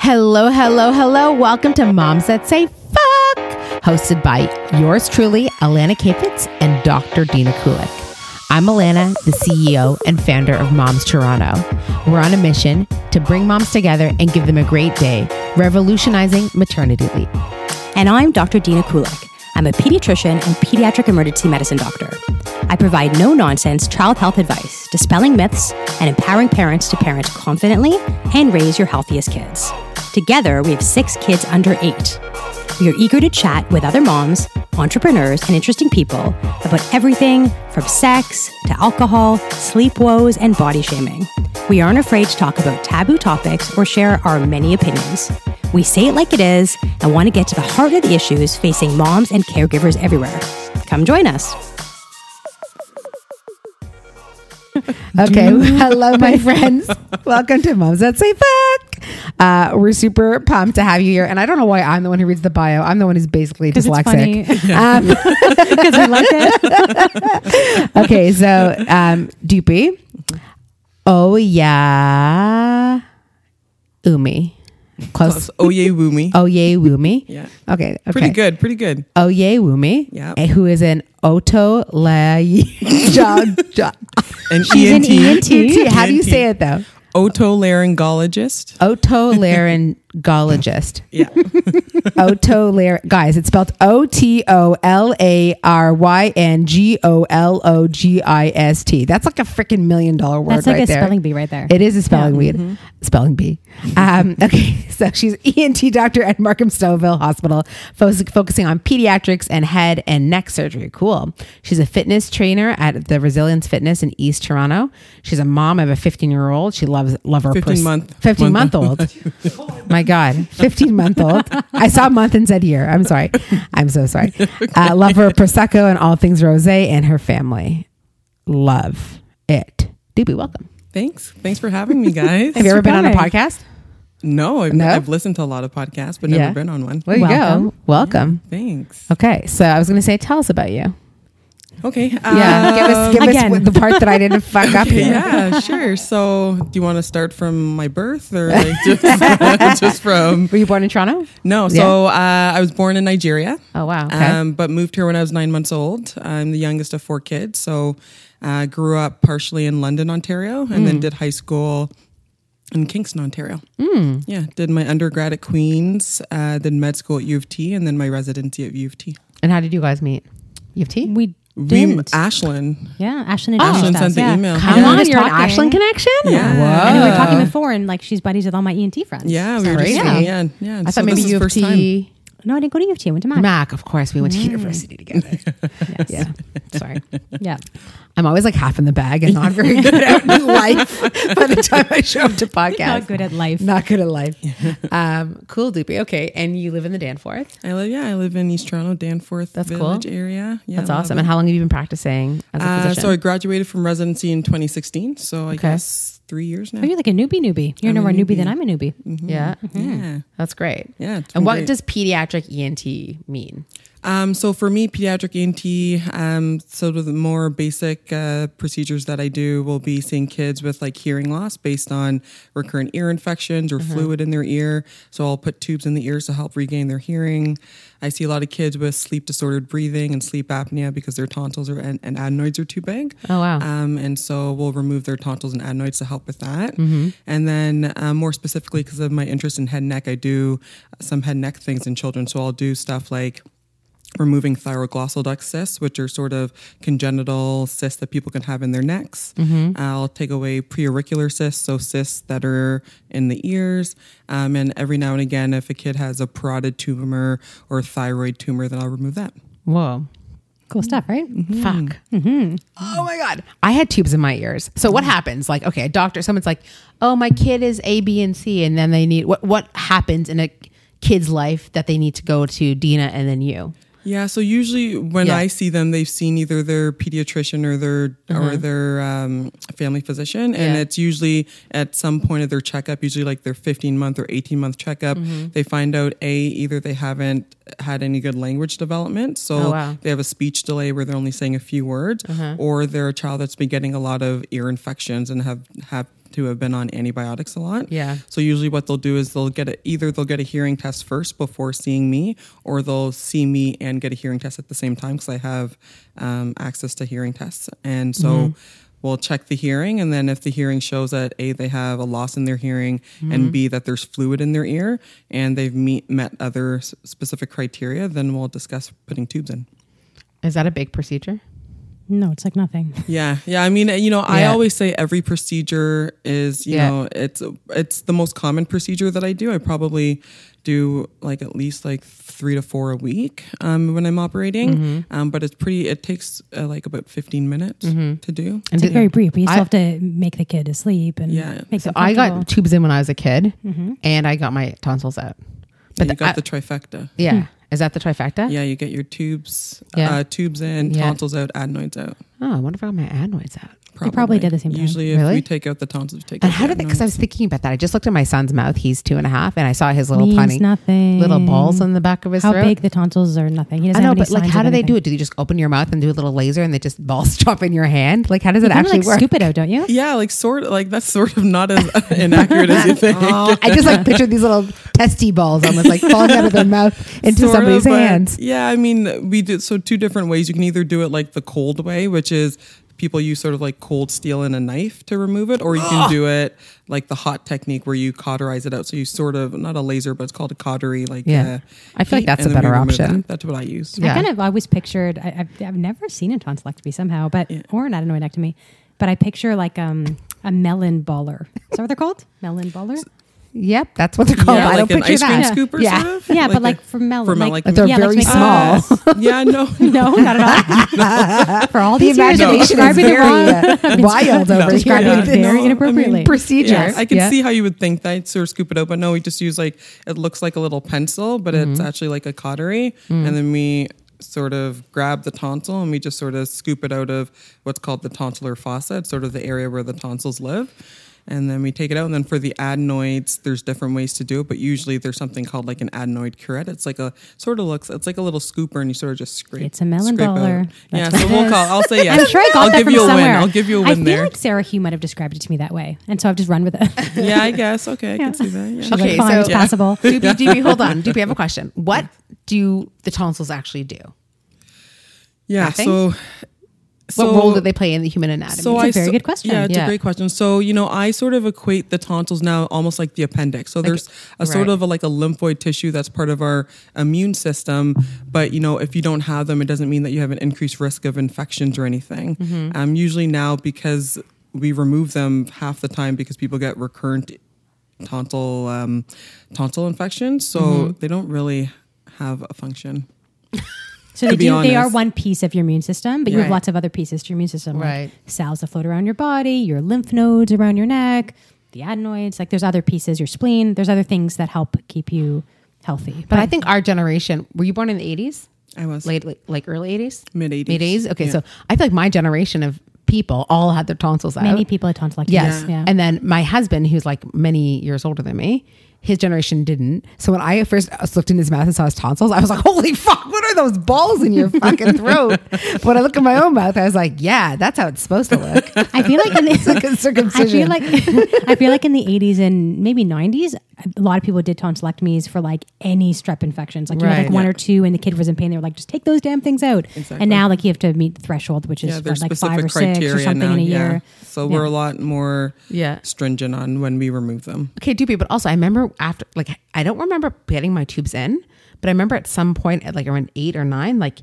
Hello, hello, hello. Welcome to Moms That Say Fuck, hosted by yours truly, Alana Kapitz and Dr. Dina Kulik. I'm Alana, the CEO and founder of Moms Toronto. We're on a mission to bring moms together and give them a great day, revolutionizing maternity leave. And I'm Dr. Dina Kulik. I'm a pediatrician and pediatric emergency medicine doctor. I provide no nonsense child health advice, dispelling myths, and empowering parents to parent confidently and raise your healthiest kids. Together, we have six kids under eight. We are eager to chat with other moms, entrepreneurs, and interesting people about everything from sex to alcohol, sleep woes, and body shaming. We aren't afraid to talk about taboo topics or share our many opinions. We say it like it is and want to get to the heart of the issues facing moms and caregivers everywhere. Come join us. Okay. Hello, my friends. Welcome to Moms That Say Fuck. Uh, we're super pumped to have you here. And I don't know why I'm the one who reads the bio. I'm the one who's basically dyslexic. Um, Because I like it. okay. So, um, Doopy. Oh, yeah. Umi. Close. Close. Oye Wumi. Oh, yay, Wumi. Yeah. Okay. Okay. Pretty good. Pretty good. Oh, yay, Wumi. Yep. eh, Who is an Oto And She's an E E ENT. How do you say it, though? Otolaryngologist. Otolaryngologist. Yeah. Otolar guys, it's spelled O T O L A R Y N G O L O G I S T. That's like a freaking million dollar word That's like right a there. spelling bee right there. It is a spelling weed. Spelling bee. Um, okay, so she's ENT doctor at Markham Stouffville Hospital, fo- focusing on pediatrics and head and neck surgery. Cool. She's a fitness trainer at the Resilience Fitness in East Toronto. She's a mom of a 15 year old. She loves love her 15 month. 15 month old. My God, 15 month old. I saw month and said year. I'm sorry. I'm so sorry. Uh, love her Prosecco and all things rose and her family. Love it. Doobie, welcome. Thanks. Thanks for having me, guys. Have you ever been on a coming. podcast? no, I've, No? I've listened to a lot of podcasts, but Yeah. never been on one. There you Welcome. go. Welcome. Thanks. Okay, so I was going to say, tell us about you. Okay. Yeah, uh, give us give again. us the part that I didn't fuck up here. yeah, sure. So, do you want to start from my birth or like just, just from? Were you born in Toronto? No. So, uh, I was born in Nigeria. Oh wow. Okay. Um, but moved here when I was nine months old. I'm the youngest of four kids, so uh, grew up partially in London, Ontario, and Hmm. then did high school in Kingston, Ontario. Hmm. Yeah, did my undergrad at Queens, uh, did med school at U of T, and then my residency at U of T. and how did you guys meet? U of T. We We- didn't. Ashland. yeah, Ashlyn and Ashland sent the email. Come yeah. we on, were you're an talking. Ashland connection. Yeah. I know we were Wow. talking before, and like she's buddies with all my ENT friends. Yeah, we were just Crazy. yeah, yeah. yeah. I thought maybe U of T. No, I didn't go to U of T. I went to Mac. Mac, of course, we went to university together. Mm. Yeah. Sorry. Yeah. I'm always like half in the bag and not very good at life by the time I show up to podcasts. Not good at life. Not good at life. um, cool, Doopy. Okay. And you live in the Danforth. I live. Yeah, I live in East Toronto, Danforth That's cool. Village area. Yeah, That's love awesome. it. And how long have you been practicing as a Uh, physician? so I graduated from residency in 2016. So I guess three years now. Oh, you're like a newbie newbie. You're no more newbie than I'm a newbie. yeah. Yeah. That's great. Yeah, it's And been what great. does pediatric ENT mean? Um, so for me, pediatric ENT, um, sort of the more basic uh, procedures that I do will be seeing kids with like hearing loss based on recurrent ear infections or Mm-hmm. fluid in their ear. So I'll put tubes in the ears to help regain their hearing. I see a lot of kids with sleep disordered breathing and sleep apnea because their tonsils are, and, and adenoids are too big. Oh, wow. Um, and so we'll remove their tonsils and adenoids to help with that. Mm-hmm. And then, um, more specifically, because of my interest in head and neck, I do some head and neck things in children. So I'll do stuff like removing thyroglossal duct cysts, which are sort of congenital cysts that people can have in their necks. I'll take away preauricular cysts, so cysts that are in the ears. Um, and every now and again, if a kid has a parotid tumor or thyroid tumor, then I'll remove that. Whoa. Cool stuff, right? Mm-hmm. Hmm. Fuck. Oh my God. I had tubes in my ears. So Hmm. what happens? Like, okay, a doctor, someone's like, oh, my kid is A, B, and C. And then they need, what, what happens in a kid's life that they need to go to Dina and then you? Yeah, so usually when Yeah. I see them, they've seen either their pediatrician or their or their um, family physician, and Uh-huh. Yeah. it's usually at some point of their checkup, usually like their 15 month or 18 month checkup, Mm-hmm. they find out a either they haven't had any good language development, so Oh, wow. they have a speech delay where they're only saying a few words, or they're a child that's been getting a lot of ear infections and have have to have been on antibiotics a lot. Yeah. So usually what they'll do is they'll get a, either they'll get a hearing test first before seeing me, or they'll see me and get a hearing test at the same time because I have um, access to hearing tests. And so we'll check the hearing, and then if the hearing shows that a they have a loss in their hearing, and b that there's fluid in their ear, and they've meet, met other s- specific criteria, then we'll discuss putting tubes in. Is that a big procedure? No, it's like nothing. Yeah, yeah. I mean, you know, I Yeah. always say every procedure is, you Yeah. know, it's it's the most common procedure that I do. I probably do like at least like three to four a week um, when I'm operating. Mm-hmm. Um, but it's pretty. It takes uh, like about 15 minutes Mm-hmm. to do. It's like very brief. But you still I- have to make the kid asleep and Yeah. make So them I got comfortable. tubes in when I was a kid, and I got my tonsils out. Hmm. But you got I- the trifecta. Yeah, is that the trifecta? Yeah, you get your tubes, Yeah. uh, tubes in, Yeah. tonsils out, adenoids out. Oh, I wonder if I got my adenoids out. Probably. probably did the same time. Usually, if Really? we take out the tonsils, we take And out how the did that? Because I adenoids. was thinking about that. I just looked at my son's mouth. He's two and a half, and I saw his little Means tiny nothing. little balls on the back of his How throat. big the tonsils are? Nothing. He I doesn't know, have any but like, signs how of do they do anything. it? Do you just open your mouth and do a little laser, and they just balls drop in your hand? Like, how does it You kinda, actually like, work? scoop it out, don't you? yeah, like sort like that's sort of not as inaccurate as Oh. you think. I just like picture these little testy balls almost like falling out of their mouth into Sort of, somebody's but- hands. Yeah, I mean, we do so two different ways. You can either do it like the cold way, which is people use sort of like cold steel and a knife to remove it, or you can do it like the hot technique where you cauterize it out. So you sort of not a laser, but it's called a cautery. Like Yeah. uh, I feel like heat, that's and a then we better remove option. that. That's what I use. Yeah. I kind of always pictured. I, I've, I've never seen a tonsillectomy somehow, but or an adenoidectomy. But I picture like um, a melon baller. Is that what they're called? Melon baller. Yep, that's what they're called. Yeah, I don't like an picture ice cream that. scoop or yeah. sort of. Yeah, but a- like for melon. like, for melon, like- They're yeah, like very make- small. Uh, yeah, no, No, not at all. For all The these years, I've been imagination is describing the very wrong. uh, wild over here. Describing it with this very No, inappropriately. Procedure. Yeah, I can Yeah. see how you would think that sort of scoop it out, but no, we just use like it looks like a little pencil, but it's Mm-hmm. actually like a cautery, Mm. and then we sort of grab the tonsil and we just sort of scoop it out of what's called the tonsillar fossa, it's sort of the area where the tonsils live. And then we take it out. And then for the adenoids, there's different ways to do it, but usually there's something called like an adenoid curette. It's like a sort of looks, it's like a little scooper, and you sort of just scrape. It's a melon scrape out. baller. Yeah, That's so what it we'll is. call. I'll say yes. I'm sure I got will that give from you a somewhere. win. I'll give you a win I feel there. like Sarah Hugh might have described it to me that way, and so I've just run with it. yeah, I guess. Okay, I can see that. Yeah. Like, Okay, fine, so- it's Yeah. possible. Doopy, Doopy, hold on. Doopy, I have a question. What do the tonsils actually do? Yeah. Nothing? So, What so role do they play in the human anatomy? It's So a I very so- good question. Yeah, it's Yeah. a great question. So you know, I sort of equate the tonsils now almost like the appendix. So there's a sort right. of a, like a lymphoid tissue that's part of our immune system. But you know, if you don't have them, it doesn't mean that you have an increased risk of infections or anything. Mm-hmm. Um, usually now because we remove them half the time because people get recurrent tonsil um, tonsil infections, so Mm-hmm. they don't really have a function. So they be do. They are honest. one piece of your immune system, but you have Right. lots of other pieces to your immune system, like Right. cells that float around your body, your lymph nodes around your neck, the adenoids. Like there's other pieces, your spleen. There's other things that help keep you healthy. But I think our generation, were you born in the 80s? I was. Late, late- like early 80s? Mid-eighties. Mid 80s? Okay, so I feel like my generation of people all had their tonsils out. many people had tonsillectomy. Yes. Yeah. And then my husband, who's like many years older than me, his generation didn't. So when I first uh, looked in his mouth and saw his tonsils, I was like, holy fuck, what are those balls in your fucking throat? but when I look at my own mouth, I was like, yeah, that's how it's supposed to look. I feel like in It's like a the, I feel circumcision. like I feel like in the 80s and maybe 90s, a lot of people did tonsillectomies for like any strep infections, like you had Right. like one Yeah. or two, and the kid was in pain. They were like, just take those damn things out. And now like you have to meet the threshold, which is Yeah, what, there's like specific five or six criteria or something now. in a yeah. year. So Yeah. we're a lot more Yeah. stringent on when we remove them. okay, Doopy, but also I remember after, like, I don't remember getting my tubes in, but I remember at some point at like around eight or nine, like,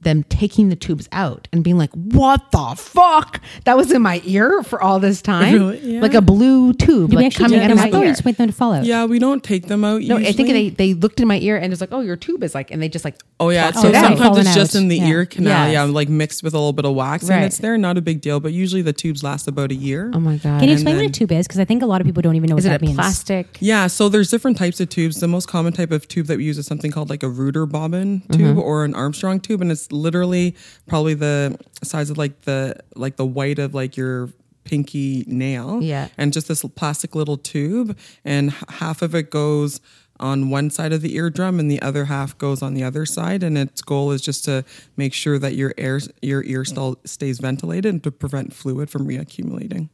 them taking the tubes out and being like, "What the fuck?" That was in my ear for all this time, Really? Yeah. like a blue tube, Did we like actually coming do out them of out? my Oh, you ear. just wait for them to fall out. Yeah, we don't take them out. No, I think usually. they they looked in my ear and it's like, oh, your tube is like, and they just like, Oh yeah, plucked so it out. sometimes- sometimes it's Fallen just out. in the Yeah. ear canal. Yes. Yeah, like mixed with a little bit of wax, Right. and it's there. Not a big deal, but usually the tubes last about a year. Oh my god! Can you And explain what a then- tube is? Because I think a lot of people don't even know is what it a that means. plastic? Yeah, so there's different types of tubes. The most common type of tube that we use is something called like a Ruder bobbin tube or an Armstrong tube, and it's literally probably the size of like the like the white of like your pinky nail. Yeah. and just this plastic little tube, and h- half of it goes on one side of the eardrum, and the other half goes on the other side. And its goal is just to make sure that your air your ear still stays ventilated and to prevent fluid from reaccumulating.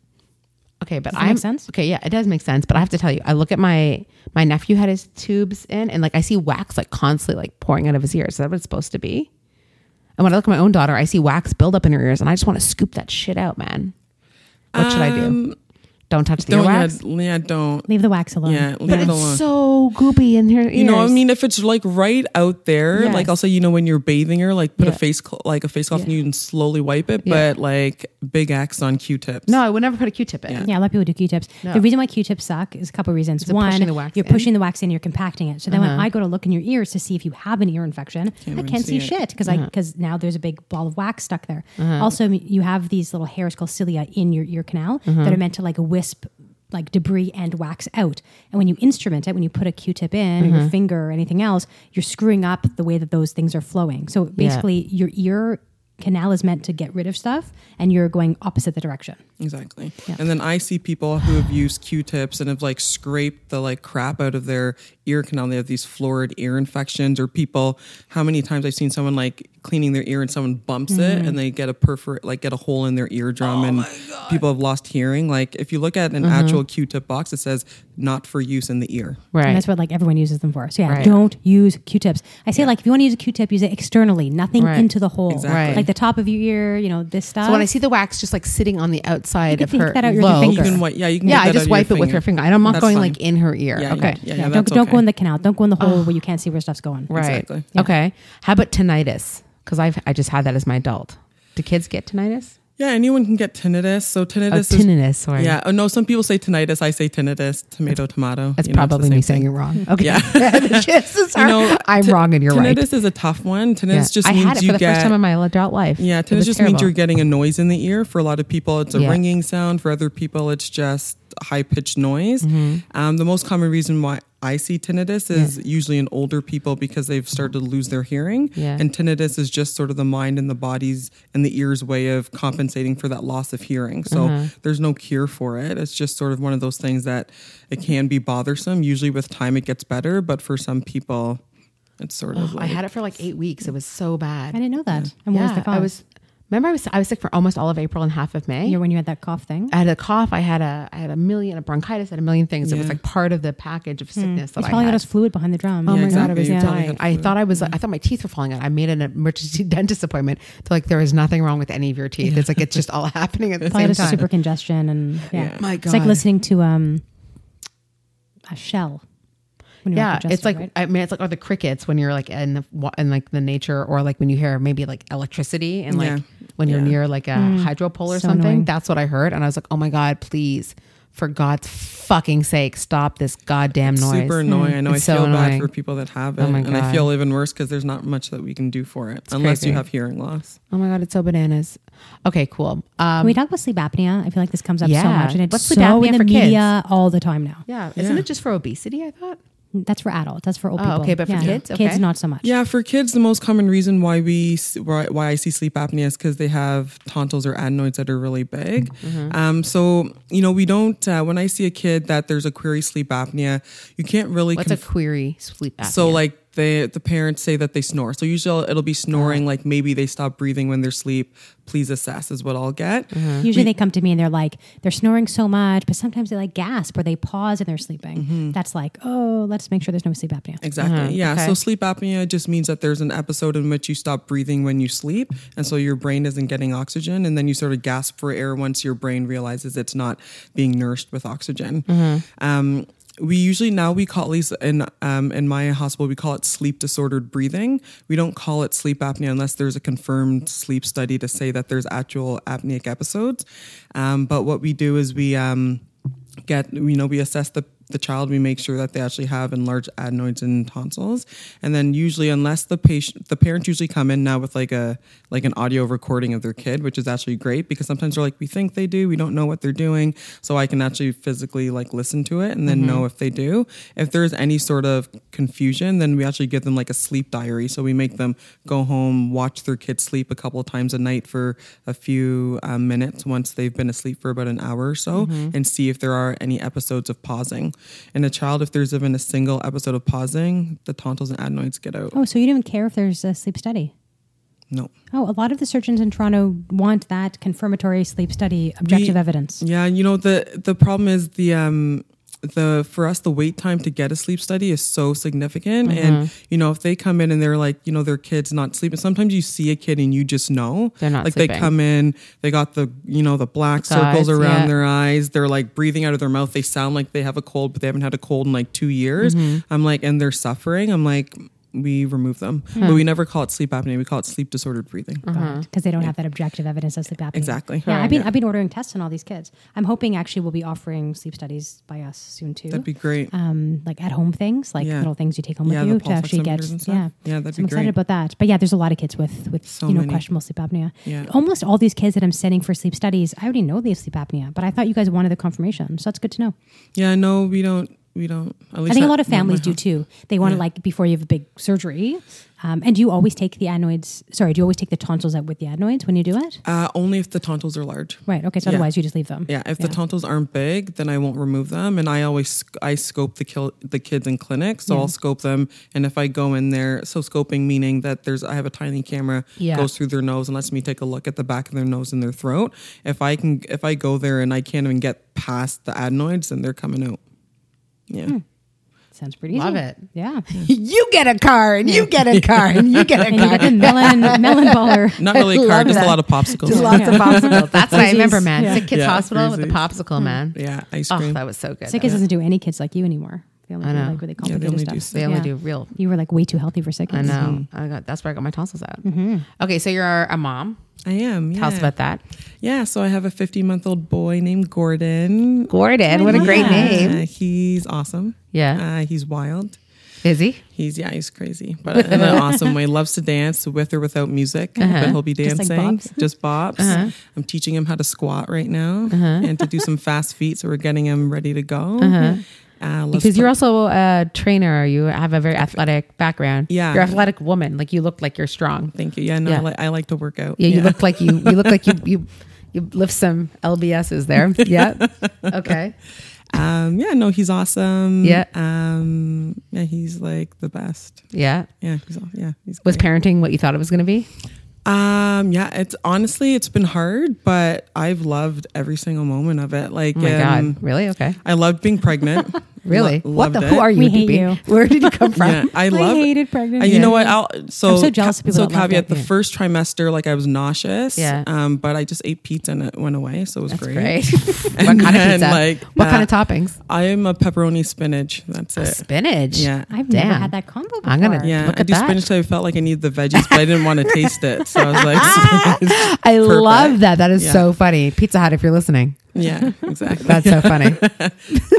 Okay, but Does that I make sense? Okay, yeah, it does make sense. But I have to tell you, I look at my my nephew had his tubes in, and like I see wax like constantly like pouring out of his ears. Is that what it's supposed to be? And when I look at my own daughter, I see wax build up in her ears, and I just want to scoop that shit out, man. What should I Um, do? Don't touch the Don't yeah, earwax. yeah, don't. Leave the wax alone. Yeah, leave But it it's alone. so goopy in her ears. you know, what I mean, if it's like right out there, Yeah. like I'll say, you know, when you're bathing her, like put Yeah. a face, cl- like a face cloth, and you can slowly wipe it, Yeah. but like big X on Q-tips. No, I would never put a Q-tip in. Yeah, a lot of people do Q-tips. The reason why Q-tips suck is a couple reasons. it One, pushing the wax you're in? pushing the wax in, you're compacting it. So then when I go to look in your ears to see if you have an ear infection, I even can't see, see it. shit because I because now there's a big ball of wax stuck there. Also, m- you have these little hairs called cilia in your ear canal that are meant to like wisp like debris and wax out. And when you instrument it, when you put a Q-tip in or your finger or anything else, you're screwing up the way that those things are flowing. So basically, your ear canal is meant to get rid of stuff, and you're going opposite the direction. Exactly. And then I see people who have used Q-tips and have like scraped the like crap out of their ear canal. They have these florid ear infections or people, how many times I've seen someone like cleaning their ear and someone bumps Mm-hmm. it and they get a perforate, like get a hole in their Oh eardrum and people have lost hearing. Like if you look at Mm-hmm. an actual Q-tip box, it says not for use in the ear. Right. And that's what like everyone uses them for. So yeah, Right. don't use Q-tips. I say like if you want to use a Q-tip, use it externally, nothing Right. into the hole, Exactly. Right. like the top of your ear. You know this stuff. so when I see the wax just like sitting on the outside could of think her that out with your lobe, finger. You can wi- yeah, you can yeah, get I that out just of wipe it your with her finger. I'm not That's going fine. like in her ear. Yeah, okay. Yeah, yeah, yeah, don't that's don't go okay. in the canal. Don't go in the hole where you can't see where stuff's going. Right. Exactly. Okay. How about tinnitus? Because I've I just had that as my adult. Do kids get tinnitus? Yeah, anyone can get tinnitus. So tinnitus Oh, is tinnitus. Sorry. Yeah. Oh no, some people say tinnitus. I say tinnitus. Tomato, tomato. That's You know, it's the probably same me thing. saying it wrong. Okay. Yeah. the chances are I'm ti- wrong and you're right. Tinnitus is a tough one. Tinnitus Yeah. just I means had it for you the get. first time in my adult life. yeah, It was tinnitus just means terrible. you're getting a noise in the ear. For a lot of people, it's a Yeah. ringing sound. For other people, it's just high pitched noise. Mm-hmm. Um, the most common reason why I see tinnitus is usually in older people because they've started to lose their hearing. Yeah. And tinnitus is just sort of the mind and the body's and the ear's way of compensating for that loss of hearing. So Mm-hmm. there's no cure for it. It's just sort of one of those things that it can be bothersome. Usually with time, it gets better, but for some people, it's sort of I like. had it for like eight weeks. It was so bad. I didn't know that. And what was the cause? I was. Remember, I was I was sick for almost all of April and half of May. you know, when you had that cough thing. I had a cough. I had a I had a million a bronchitis. I had a million things. It was Yeah. like part of the package of sickness that it's I probably had. got us fluid behind the drum. Oh my exactly. god, I was You probably dying. had I thought I was. I thought my teeth were falling out. I made an emergency dentist appointment. They're like, there is nothing wrong with any of your teeth. It's like it's just all happening at the Probably same got us time. super congestion and yeah. My It's like God. listening to um a shell. When you're Yeah, it's congested, like right? I mean, it's like or the crickets when you're like in the wa- in like the nature, or like when you hear maybe like electricity, and like Yeah. when you're Yeah. near like a hydropole or So something. annoying. That's what I heard, and I was like, oh my god, please, for God's fucking sake, stop this goddamn noise. Mm. Hmm. Super annoying. I know. It's I so feel annoying. Oh bad for people that have it, my and God. I feel even worse because there's not much that we can do for it unless crazy. you have hearing loss. Oh my god, it's so bananas. Okay, cool. Um, Can we talk about sleep apnea? I feel like this comes up so Yeah. much, and it's What's so sleep apnea in the for kids? media all the time now. yeah, isn't it just for obesity? I thought. That's for adults. That's for old Oh, people. okay, but for kids? Okay. kids not so much. Yeah, for kids, the most common reason why we s- why, why I see sleep apnea is because they have tonsils or adenoids that are really big. Mm-hmm. Um, so you know, we don't. Uh, when I see a kid that there's a query sleep apnea, you can't really. What's conf- a query sleep apnea? so like the the parents say that they snore. So usually it'll be Oh. snoring. Like maybe they stop breathing when they're asleep. Please assess is what I'll get. Mm-hmm. Usually they come to me and they're like, they're snoring so much, but sometimes they like gasp or they pause and they're sleeping. Mm-hmm. That's like, oh, let's make sure there's no sleep apnea. Exactly. Yeah. Okay. So sleep apnea just means that there's an episode in which you stop breathing when you sleep, and so your brain isn't getting oxygen, and then you sort of gasp for air once your brain realizes it's not being nourished with oxygen. Um, we usually now we call at least in um, in my hospital we call it sleep disordered breathing. We don't call it sleep apnea unless there's a confirmed sleep study to say that there's actual apneic episodes. Um, but what we do is we um, get you know we assess the the child we make sure that they actually have enlarged adenoids and tonsils and then usually unless the patient the parents usually come in now with like a like an audio recording of their kid which is actually great because sometimes they're like we think they do we don't know what they're doing so i can actually physically like listen to it and then know if they do if there's any sort of confusion then we actually give them like a sleep diary so we make them go home watch their kid sleep a couple of times a night for a few uh, minutes once they've been asleep for about an hour or so and see if there are any episodes of pausing. In a child, if there's even a single episode of pausing, the tonsils and adenoids get out. Oh, so you don't even care if there's a sleep study. No. Oh, a lot of the surgeons in Toronto want that confirmatory sleep study objective We- evidence. Yeah, and you know the the problem is the um the for us the wait time to get a sleep study is so significant and Mm-hmm. you know if they come in and they're like you know their kids not sleeping sometimes you see a kid and you just know They're not like sleeping. they come in they got the you know the black Sides, circles around yeah. their eyes they're like breathing out of their mouth they sound like they have a cold but they haven't had a cold in like 2 years Mm-hmm. I'm like and they're suffering I'm like we remove them Hmm. but we never call it sleep apnea we call it sleep disordered breathing Uh-huh. because they don't have that objective evidence of sleep apnea. Exactly. Yeah, I've Right. been Yeah. I've been ordering tests on all these kids. I'm hoping actually we'll be offering sleep studies by us soon too. that'd be great um, like at home things, like Yeah. little things you take home Yeah, with the you to pulse actually get. oximeters and stuff. Yeah, Yeah, that'd so be I'm excited great. about that. But yeah, there's a lot of kids with with So you know many. questionable sleep apnea. Yeah. almost all these kids that I'm sending for sleep studies, I already know they have sleep apnea, but I thought you guys wanted the confirmation, so that's good to know. yeah no we don't we don't at least I think a not- lot of not in my families do house. too. They want it Yeah. like before you have a big surgery. Um, and do you always take the adenoids? Sorry, do you always take the tonsils out with the adenoids when you do it? Uh, only if the tonsils are large. Right. Okay. So Yeah. otherwise, you just leave them. Yeah, if the tonsils aren't big, then I won't remove them. And I always sc- I scope the kill the kids in clinic, so I'll scope them. And if I go in there, so scoping meaning that there's I have a tiny camera Yeah. goes through their nose and lets me take a look at the back of their nose and their throat. If I can, if I go there and I can't even get past the adenoids, then they're coming out. Yeah, Hmm. Sounds pretty easy. Love it. Yeah. you get a car and you get a car and you get a And you got car. the melon melon baller. not really a car, Love just that. a lot of popsicles. Just lots of popsicles. That's what I remember, man. Yeah. Sick Kids Yeah, Hospital with the freezies. popsicle, man. yeah, ice Oh, cream. that was Hmm. so good. Sickest doesn't do any kids like you anymore. They only do know. like really yeah, complicated they only stuff. do. they only do Yeah. real. You were like way too healthy for sick I kids. know. I got, that's where I got my tonsils out. Okay, so you're a mom. I am. Yeah. Tell us about that. Yeah, so I have a 15 month old boy named Gordon. Gordon, what a great Yeah. name. Uh, he's awesome. Yeah. Uh, he's wild. Is he? He's yeah, he's crazy, but in an awesome way. Loves to dance with or without music, Uh-huh. but he'll be Just dancing. like Just bops. bops. I'm teaching him how to squat right now Uh-huh. and to do some fast feet. So we're getting him ready to go. Uh, loves Uh-huh. Because play- you're also a trainer. You have a very athletic background. Yeah. You're an athletic woman. Like you look like you're strong. thank you. Yeah, no, Yeah. I, li- I like to work out. Yeah, you look like you you look like you you you lift some LBSs there. Yeah. Okay. Um, yeah, no, he's awesome. Yeah. um, yeah, he's like the best. Yeah. Yeah, he's aw- yeah, he's Was great. parenting what you thought it was going to be? Um, yeah, it's honestly it's been hard, but I've loved every single moment of it. Like Oh my um, god. Really? Okay. I loved being pregnant. Really? Lo- what loved the it. who are you, We hate Doopy? you. Where did you come from? Yeah, I I love. hated pregnancy. Uh, you know what? Yeah. I'll, so I'm so jealous of people So that love caveat: that, the yeah. first trimester, like I was nauseous. Yeah. Um, but I just ate pizza and it went away, so it was That's great. great. what And kind of then, pizza? like, what uh, kind of toppings? I am a pepperoni spinach. That's it. Spinach. Yeah. I've never Damn. had that combo before. I'm gonna- Yeah, Look I at do that. spinach. till I felt like I needed the veggies, but I didn't want to taste it, so I was like, spinach. I Perfect. love that. That is Yeah. so funny. Pizza Hut, if you're listening, yeah, exactly. that's so funny.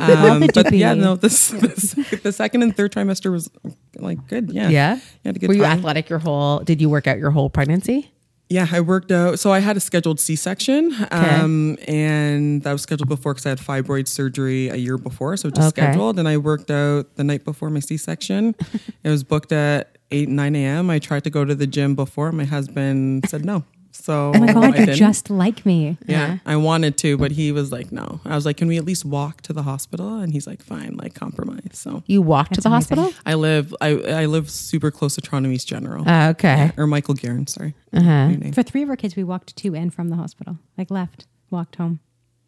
Um, but yeah, doopy. no, this, this the second and third trimester was like good. Yeah, Yeah. I had a good Were you time. athletic your whole? Did you work out your whole pregnancy? Yeah, I worked out. So I had a scheduled C section, um, and that was scheduled before because I had fibroid surgery a year before, so it was just Okay. scheduled. And I worked out the night before my C section. it was booked at eight nine a.m. I tried to go to the gym before. My husband said no, so Oh my I god, you're didn't. just like me. yeah, I wanted to, but he was like, "No." I was like, "Can we at least walk to the hospital?" And he's like, "Fine, like compromise." So You walked to the amazing. hospital? I live, I I live super close to Toronto East General Uh, okay. or Michael Guerin. Sorry, New name. For three of our kids, we walked to and from the hospital. Like left, walked home.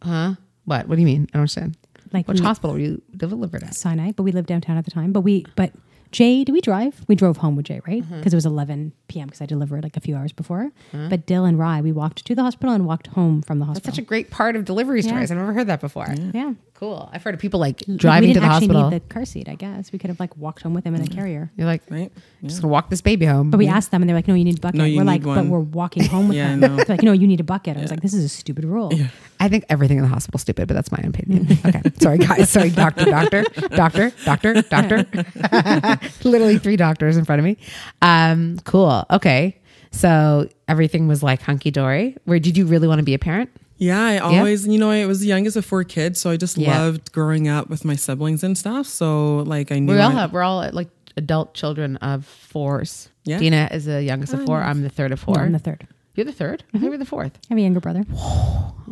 Huh? What? What do you mean? I don't understand. Like Which we- hospital were you delivered at? Sinai, but we lived downtown at the time. But we, but Jay, did we drive? We drove home with Jay, right? Because Mm-hmm. it was 11 p.m. Because I delivered like a few hours before. But Dill and Rye, we walked to the hospital and walked home from the That's hospital. such a great part of delivery stories. I've never heard that before. yeah. Cool. I've heard of people like we driving didn't to the actually hospital. Mm-hmm. Need the car seat, I guess. We could have like walked home with him in a carrier. You're like, right? I'm just gonna walk this baby home. But we asked them, and they're like, "No, you need a bucket." No, you we're need like, "But one." we're walking home with Yeah, I them." know. They're like, "No, you need a bucket." I was like, "This is a stupid rule." I think everything in the hospital is stupid, but that's my own opinion. Okay. Sorry, guys. Sorry, doctor, doctor, doctor, doctor, doctor. Literally three doctors in front of me. Um, cool. Okay. So everything was like hunky dory. Where did you really want to be a parent? Yeah, I always, you know, I was the youngest of four kids, so I just Yeah. loved growing up with my siblings and stuff. So like I knew We all I- have, we're all like adult children of fours. Yeah. Dina is the youngest of four. I'm the third of four. I'm the third. You're You're the 3rd I think you're the fourth. I have a younger brother.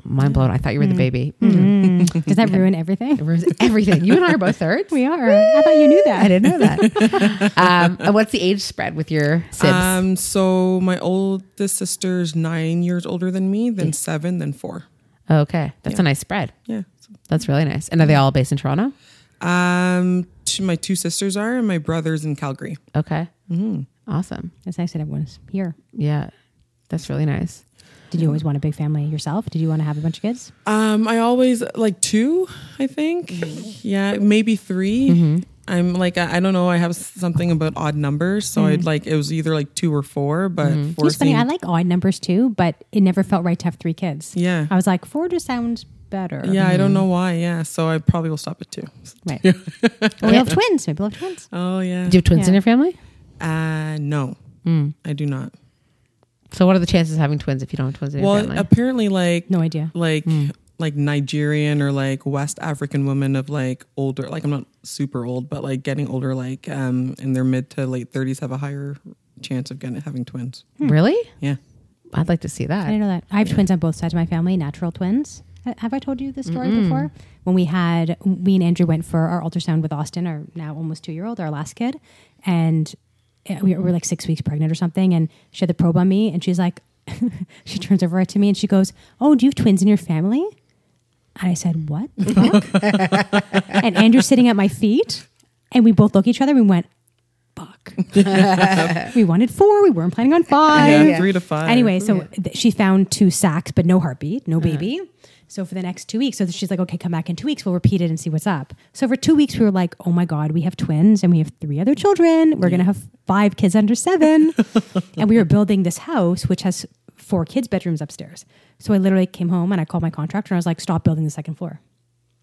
Mind blown. I thought you were the baby. Mm-hmm. Mm. Does that ruin everything? It ruins everything. You and I are both thirds. We are. I thought you knew I that. didn't know that. um, and what's the age spread with your sibs? Um, so my oldest sister's nine years older than me, then seven, then four. okay, that's a nice spread. Yeah. That's really nice. And are they all based in Toronto? Um, t- my two sisters are, and my brother's in Calgary. Okay, awesome. It's nice that everyone's here. Yeah, that's really nice. Did you always want a big family yourself? Did you want to have a bunch of kids? Um, I always like two, I think. Yeah, maybe 3 I'm like, I, I don't know. I have something about odd numbers. So I'd like, it was either like two or four, but four It's funny. I seemed- like odd numbers too, but it never felt right to have three kids. Yeah. I was like, four just sounds better. yeah, I don't know why. Yeah. So I probably will stop at two. Right. or we'll have twins. Maybe we'll have twins. Oh, yeah. Do you have twins in Yeah. your family? Hmm. Uh, no, I do not. So what are the chances of having twins if you don't have twins in your Well, uh, family? apparently, like, No idea. like like Nigerian or like West African women of like older like I'm not super old but like getting older like um in their mid to late 30s have a higher chance of getting having twins. really? Yeah. I'd like to see I didn't that. know that. I have twins on both sides of my family, natural twins. Ha- Have I told you this story before? When we had, we and Andrew went for our ultrasound with Austin, our now almost two year old, our last kid. And uh, we were we were like six weeks pregnant or something. And she had the probe on me. And she's like, she turns over to me and she goes, Oh, do you have twins in your family? And I said, What? the heck?" and Andrew's sitting at my feet. And we both look at each other and we went, Fuck. we wanted four. We weren't planning on five. Yeah, 3 to 5. Anyway, so th- she found two sacks, but no heartbeat, no baby. So for the next two weeks, so she's like, okay, come back in two weeks. We'll repeat it and see what's up. So for two weeks, we were like, oh my God, we have twins and we have three other children. We're going to have five kids under seven. and we were building this house, which has four kids' bedrooms upstairs. So I literally came home and I called my contractor and I was like, stop building the second floor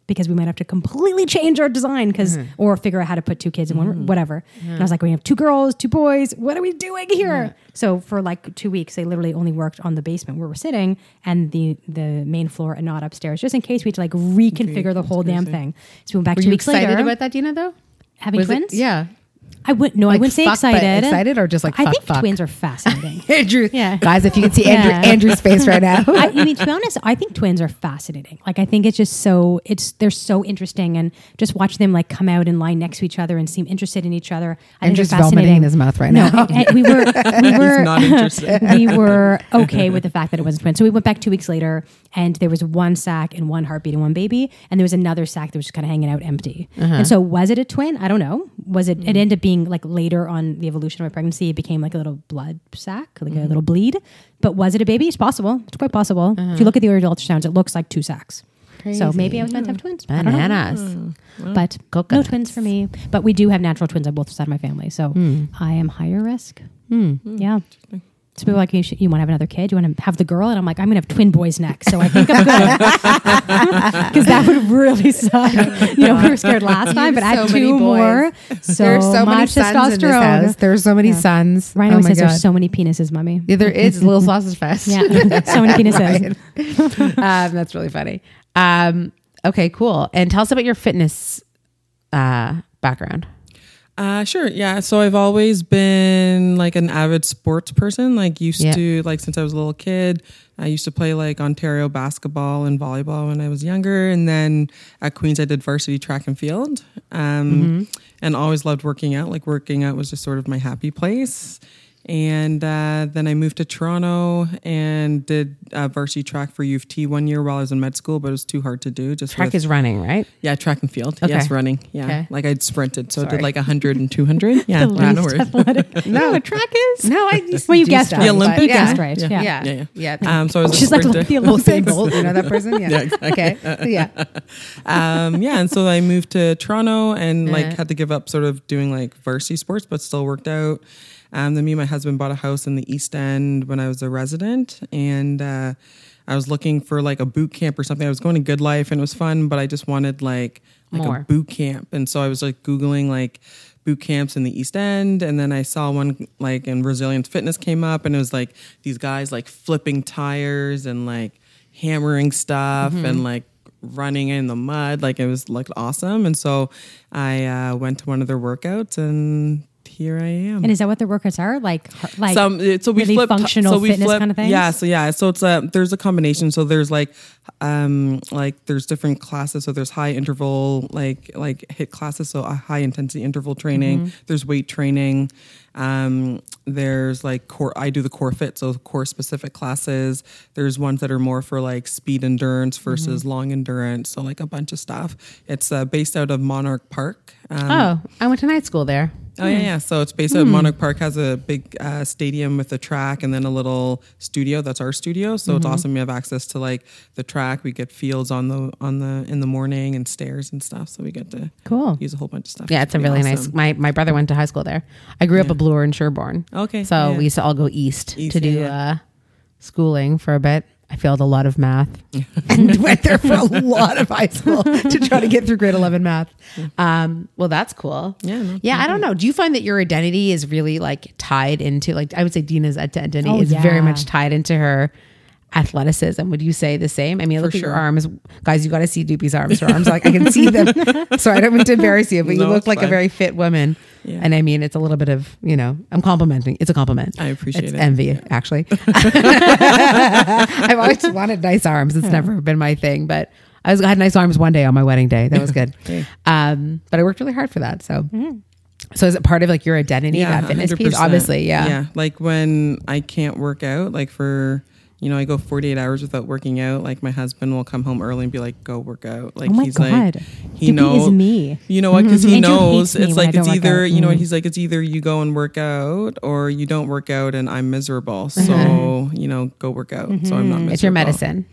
because we might have to completely change our design because Mm-hmm. or figure out how to put two kids in one room, whatever. And I was like, we have two girls, two boys. What are we doing here? So for like two weeks, they literally only worked on the basement where we're sitting and the the main floor and not upstairs, just in case we had to like reconfigure the whole damn thing. So we went back Were two you weeks excited later. about that, Dina? Though having Was it- twins? yeah. I wouldn't. No, I Like, wouldn't say fuck, but excited. excited or just like, I fuck, think fuck? twins are fascinating. Andrew, Yeah. guys, if you can see Andrew, Yeah. Andrew's face right now. I, I mean, to be honest, I think twins are fascinating. Like, I think it's just so it's they're so interesting, and just watch them like come out and lie next to each other and seem interested in each other. I Andrew's think they're fascinating. vomiting in his mouth right no, now. I- I- we were we were not interested. we were okay with the fact that it wasn't twins. So we went back two weeks later, and there was one sack and one heartbeat and one baby, and there was another sack that was just kind of hanging out empty. Uh-huh. And so, was it a twin? I don't know. Was it? It ended up being like later on the evolution of my pregnancy, it became like a little blood sack, like Mm-hmm. a little bleed. But was it a baby? It's possible. It's quite possible. Uh-huh. If you look at the original ultrasounds, it looks like two sacks. So maybe I was meant to have Hmm. twins. I don't know Bananas. but no twins for me. But we do have natural twins on both sides of my family, so Hmm. I am higher risk. Hmm. Yeah. So people are like, you, should, you want to have another kid? You want to have the girl? And I'm like, I'm going to have twin boys next. So I think I'm good. Because that would really suck. You know, we were scared last time, but I so have many two boys. more. So, There's so much many testosterone. sons in this house. There's so many Yeah. sons. Ryan always oh my says God. there's so many penises, mummy. yeah, there is little sausage fest. Yeah. so many penises. um, that's really funny. Um, okay, cool. And tell us about your fitness uh, background. Uh, sure. Yeah. So I've always been like an avid sports person. Like used Yeah. to like since I was a little kid, I used to play like Ontario basketball and volleyball when I was younger, and then at Queens I did varsity track and field. Um, and always loved working out. Like working out was just sort of my happy place. And uh, then I moved to Toronto and did uh, varsity track for U of T one year while I was in med school, but it was too hard to do. Just Track with- is running, right? yeah, track and field. Okay. Yes, running. Yeah. Okay. Like I'd sprinted. So I Sorry. did like 100 and 200. Yeah. The yeah, no least worries. athletic. No, track is. No, I just Well, you do guessed stuff, right. The but- Olympic? You guessed yeah. right. Yeah. Yeah. Yeah. Yeah, yeah. yeah. Um, so I was a She's like, sprinter. look at the Usain Olympics. Bolt, you know that person? Yeah. Uh, Okay. Yeah. um, yeah, and so I moved to Toronto and like Uh-huh. had to give up sort of doing like varsity sports, but still worked out. Um, then me and my husband bought a house in the East End when I was a resident, and uh, I was looking for like a boot camp or something. I was going to Good Life and it was fun, but I just wanted like like More. a boot camp, and so I was like googling like boot camps in the East End, and then I saw one like in Resilient Fitness came up, and it was like these guys like flipping tires and like hammering stuff and like running in the mud. Like it was like awesome. And so I uh, went to one of their workouts and here I am. And is that what their workouts are like? har- Like Some it- so we really flip functional so we fitness flip, kind of things. Yeah, so yeah, so it's a there's a combination. So there's like um like there's different classes. So there's high interval like like hit classes. So a high intensity interval training. Mm-hmm. There's weight training. Um, there's like core. I do the core fit, so core specific classes. There's ones that are more for like speed endurance versus Mm-hmm. long endurance. So like a bunch of stuff. It's uh, based out of Monarch Park. Um, Oh, I went to night school there. Oh yeah, yeah. So it's based Hmm. out of Monarch Park. Has a big uh, stadium with a track and then a little studio. That's our studio. So Mm-hmm. it's awesome. We have access to like the track. We get fields on the on the in the morning and stairs and stuff. So we get to Cool. use a whole bunch of stuff. Yeah, it's a pretty really nice. awesome. My my brother went to high school there. I grew up at Bloor in Sherborne. Okay, so yeah. we used to all go east, East, to do yeah, yeah. uh, schooling for a bit. I failed a lot of math and went there for a lot of high school to try to get through grade eleven math. Um, well, that's cool. Yeah, no, yeah. I don't know. Do you find that your identity is really like tied into like I would say Dina's identity Oh, is very yeah. much tied into her. Athleticism? Would you say the same? I mean, look at your sure. arms, guys. You got to see Doopy's arms. Her arms, like I can see them. Sorry, I don't mean to embarrass you, but you No, look it's like a fine. very fit woman. Yeah. And I mean, it's a little bit of, you know, I'm complimenting. It's a compliment. I appreciate it's it. envy, actually. I've always wanted nice arms. It's never been my thing, but I, was, I had nice arms one day on my wedding day. That was good. um, but I worked really hard for that. So, Mm-hmm. so is it part of like your identity, that fitness piece? 100%. Obviously. Yeah. Yeah. Like when I can't work out, like for you know, I go 48 hours without working out. Like my husband will come home early and be like, "Go work out." Oh Like oh my he's God. like, Doopey he is knows me. You know what? Because he Andrew Mm-hmm. hates knows me it's when I like don't it's work either out. Mm. you know what he's like. It's either you go and work out or you don't work out and I'm miserable. Uh-huh. So you know, go work out. So I'm Mm-hmm. not. miserable. It's your medicine.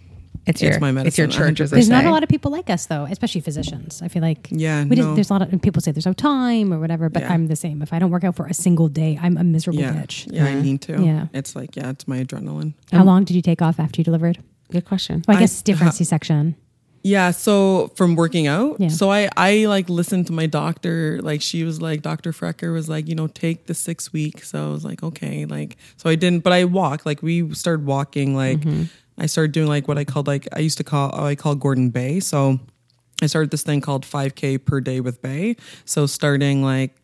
It's, your, my It's your medicine, church. as they There's not say. a lot of people like us though, especially physicians. I feel like Yeah, we just- no. there's a lot of people say there's no time or whatever, but Yeah. I'm the same. If I don't work out for a single day, I'm a miserable Yeah, bitch. yeah, Um, I need to. Yeah. it's like yeah, it's my adrenaline. How long did you take off after you delivered? Good question. Well, I guess different C-section. Yeah, so from working out. Yeah. So I I like listened to my doctor, like she was like Dr. Frecker was like, you know, take the 6 weeks. So I was like, okay, like so I didn't but I walked, like we started walking like Mm-hmm. I started doing like what I called like I used to call oh, I call Gordon Bay. So I started this thing called 5k per day with Bay. So starting like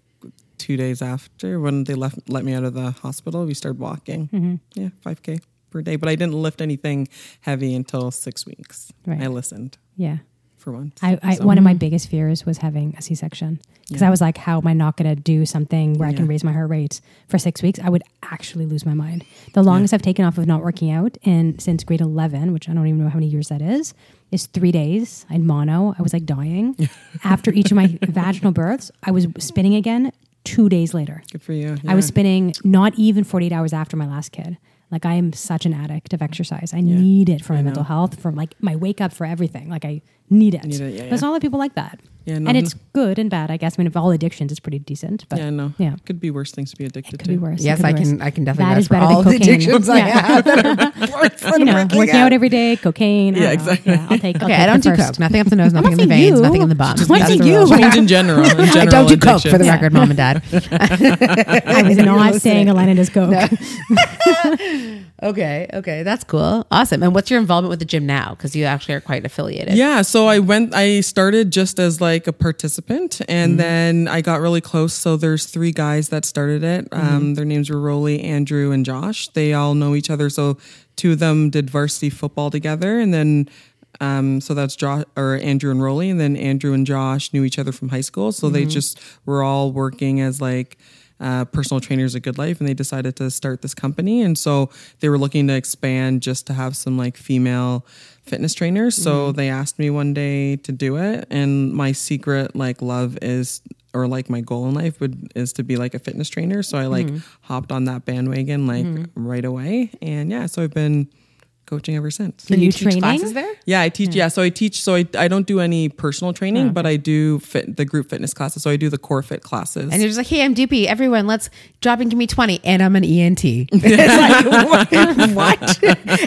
2 days after when they left let me out of the hospital, we started walking. Mm-hmm. Yeah, 5k per day, but I didn't lift anything heavy until 6 weeks. Right. I listened Yeah. for once. I, I one of my biggest fears was having a C-section because I was like, how am I not going to do something where I can raise my heart rate for six weeks? I would actually lose my mind. The longest I've taken off of not working out and since grade eleven, which I don't even know how many years that is, is three days. I had mono. I was like dying after each of my vaginal births. I was spinning again two days later. Good for you. I was yeah. spinning not even 48 hours after my last kid. Like I am such an addict of exercise. I need it for my mental health, for like my wake up, for everything. Like I need it. Need it, yeah, but it's yeah. not a lot of people like that. Yeah, no, and no. it's good and bad, I guess. I mean, of all addictions, it's pretty decent. But Yeah, no. Yeah. Could be worse things to be addicted could to. be worse. It Yes, could I be worse. can. I can definitely That vouch is for better than all the cocaine. addictions I Yeah. have that are worse than You know, working working out every day, cocaine. I Yeah, don't know. exactly. Yeah, I'll take. I'll Okay, take I don't the do first. coke. Nothing up the nose, nothing in the not veins, saying nothing you. in the bum. Just not That's saying the you. rules. Change in general. In general I don't do coke for the addiction. record, mom and dad. I was not Listen. saying Elena does coke. Okay, okay, that's cool, awesome. And what's your involvement with the gym now? Because you actually are quite affiliated. Yeah, so I went. I started just as like a participant, Mm-hmm. and then I got really close. So there's three guys that started it. Mm-hmm. Um, their names were Rolly, Andrew, and Josh. They all know each other. So two of them did varsity football together, and then. Um, so that's Josh or Andrew and Rolly, and then Andrew and Josh knew each other from high school. So Mm-hmm. they just were all working as like uh, personal trainers at Good Life, and they decided to start this company. And so they were looking to expand just to have some like female fitness trainers. So they asked me one day to do it, and my secret like love is or like my goal in life would is to be like a fitness trainer. So I like hopped on that bandwagon like right away, and yeah, so I've been coaching ever since. Are you you teach classes training? there? Yeah, I teach. Yeah, so I teach. So I, I don't do any personal training, but I do fit the group fitness classes. So I do the core fit classes. And you're just like, hey, I'm Doopy. Everyone, let's drop and give me 20. And I'm an ENT. it's like, what? what?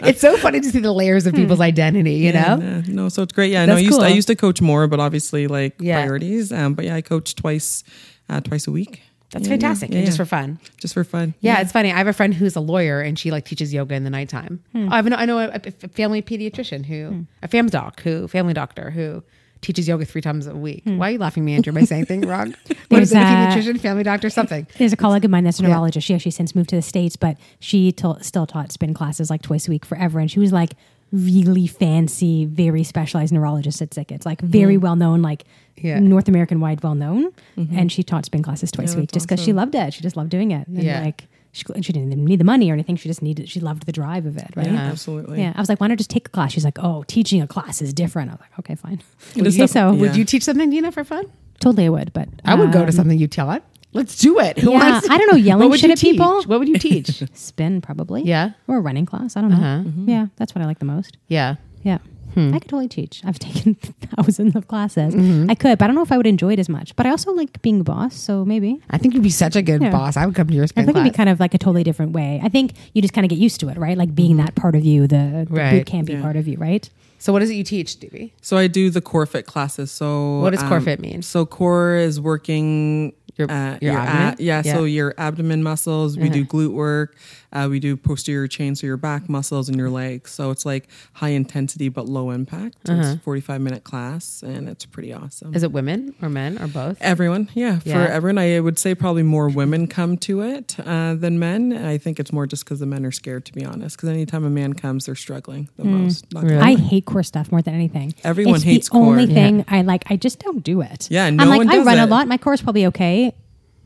it's so funny to see the layers of people's identity, you know? Yeah, uh, no, so it's great. Yeah, no, I That's used to, I cool. used to coach more, but obviously like Yeah. priorities. Um, but yeah, I coach twice, uh, twice a week. That's Yeah, fantastic. Yeah, and just yeah. for fun. just for fun. Yeah, it's funny. I have a friend who's a lawyer and she like teaches yoga in the Hmm. Oh, nighttime. I, have, an- I know a, a family pediatrician who, a fam doc who, family doctor who teaches yoga three times a week. Why are you laughing at me, Andrew? Am I saying anything wrong? Hmm. What There's is it? A a- pediatrician, family doctor, something. There's a colleague of mine that's a neurologist. She actually since moved to the States, but she t- still taught spin classes like twice a week forever. And she was like really fancy, very specialized neurologist at SICK. It's like very well known, like Mm-hmm. Yeah. Mm-hmm. North American wide well known. And she taught spin classes twice a week just because she loved it. She just loved doing it. And Yeah. like, she, and she didn't even need the money or anything. She just needed, she loved the drive of it. Right. Yeah, absolutely. Yeah. I was like, why not just take a class? She's like, oh, teaching a class is different. I was like, okay, fine. It is Okay, def- so yeah. Would you teach something, Dina, for fun? totally I would, but I would go um, to something you tell it. Let's do it. Who yeah, wants to- I don't know, yelling What would shit you at people? teach? What would you teach? spin probably. Yeah. Or a running class. I don't know. Uh-huh. Mm-hmm. Yeah. That's what I like the most. yeah. Yeah. Hmm. I could totally teach. I've taken thousands of classes. Mm-hmm. I could, but I don't know if I would enjoy it as much. But I also like being a boss, so maybe. I think you'd be such a good Yeah. boss. I would come to your I spin think it'd be class. kind of like a totally different way. I think you just kind of get used to it, right? Like being that part of you, the, the Mm-hmm. Right. boot camp Yeah. part of you, right? so what is it you teach, Stevie? So I do the core fit classes. So um, What does core fit mean? So core is working uh, Your- your ab- abdomen? yeah, So Yeah. Uh-huh. your abdomen muscles. We do glute work. Uh, we do posterior chain, so your back muscles and your legs. So it's like high intensity but low impact. Uh-huh. It's a forty-five minute class, and it's pretty awesome. Is it women or men or both? Uh, Everyone, yeah, Yeah. for everyone. I would say probably more women come to it uh, than men. I think it's more just because the men are scared, to be honest. Because anytime a man comes, they're struggling the Hmm. most. Not gonna I hate core stuff more than anything. Everyone it's hates the only core. thing I like. I just don't do it. Yeah, I'm no like one I does run a it. lot. My core's probably okay.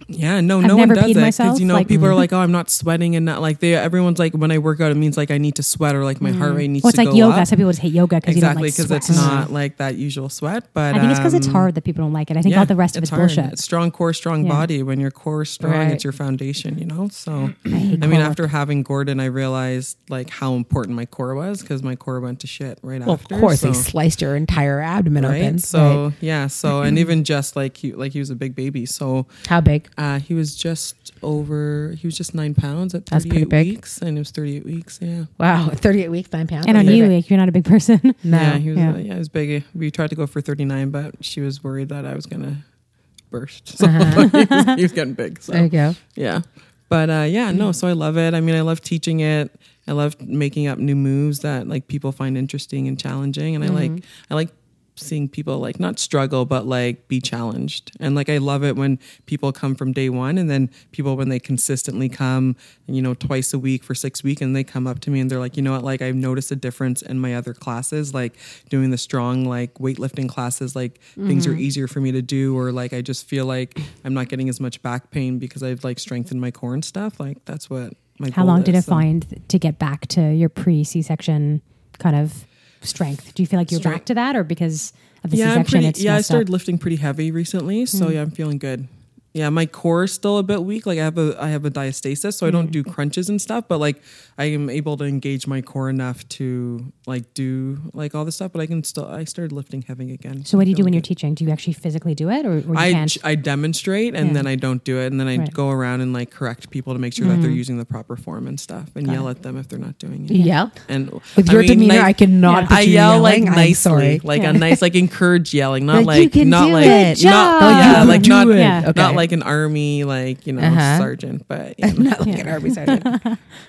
Yeah, no, I've no one never does peed it myself, because you know like- mm-hmm. people are like, oh, I'm not sweating and not like they. Everyone's like, when I work out, it means like I need to sweat or like my heart rate needs Mm. Well, it's to like go yoga. up. Some people just hate yoga because exactly, you don't because like it's sweat. Mm. not like that usual sweat. But I think it's because it's um, hard that people don't like it. I think all yeah, the rest of it's hard. bullshit. It's strong core, strong Yeah. body. When your core is strong, Right. it's your foundation. You know, so hate I core mean, after having Gordon, I realized like how important my core was because my core went to shit right Well, of after. course, so- they sliced your entire abdomen open. right. So yeah, so and even just like he like he was a big baby, so how big? Uh, he was just over. He was just nine pounds at That's pretty thirty-eight big. weeks, and it was thirty-eight weeks. Yeah, Wow, thirty-eight weeks, nine pounds. and on That's you, big. like, you're not a big person. No. yeah, he was. yeah. Yeah. yeah, he was big. We tried to go for thirty-nine, but she was worried that I was gonna burst. So he, was, he was getting big. So Uh-huh. There you go. yeah, but uh, yeah, no. So I love it. I mean, I love teaching it. I love making up new moves that like people find interesting and challenging, and I like Mm-hmm. I like seeing people like not struggle but like be challenged and like i love it when people come from day one and then people when they consistently come you know twice a week for six weeks and they come up to me and they're like you know what like i've noticed a difference in my other classes like doing the strong like weightlifting classes like things are Mm-hmm. easier for me to do or like i just feel like i'm not getting as much back pain because i've like strengthened my core and stuff like that's what my How goal long did is, it so. find to get back to your pre C-section kind of strength? Do you feel like you're back Strength. to that, or because of the yeah, I'm C-section, pretty, it's yeah, I messed started up? Hmm. lifting pretty heavy recently, so yeah, I'm feeling good. Yeah, my core is still a bit weak. Like I have a I have a diastasis, so I Hmm. don't do crunches and stuff, but like I am able to engage my core enough to like do like all this stuff, but I can still I started lifting heavy again. So what do you do when Feeling you're good. teaching? Do you actually physically do it, or, or you I, can't? j- I demonstrate and Yeah. then I don't do it and then I Right. Hmm. go around and like correct people to make sure that they're using the proper form and stuff and yell at them if they're not doing it. You yell And with I your mean, demeanor. like- I cannot. Yeah. picture I you yell like yelling. I'm nicely, sorry. like Yeah. a nice, like encourage yelling, not Like, you like, can not do like it. not Good yeah, job. like You can not do it. Okay. not like an army like you know Uh-huh. sergeant, but you know. not like an army sergeant.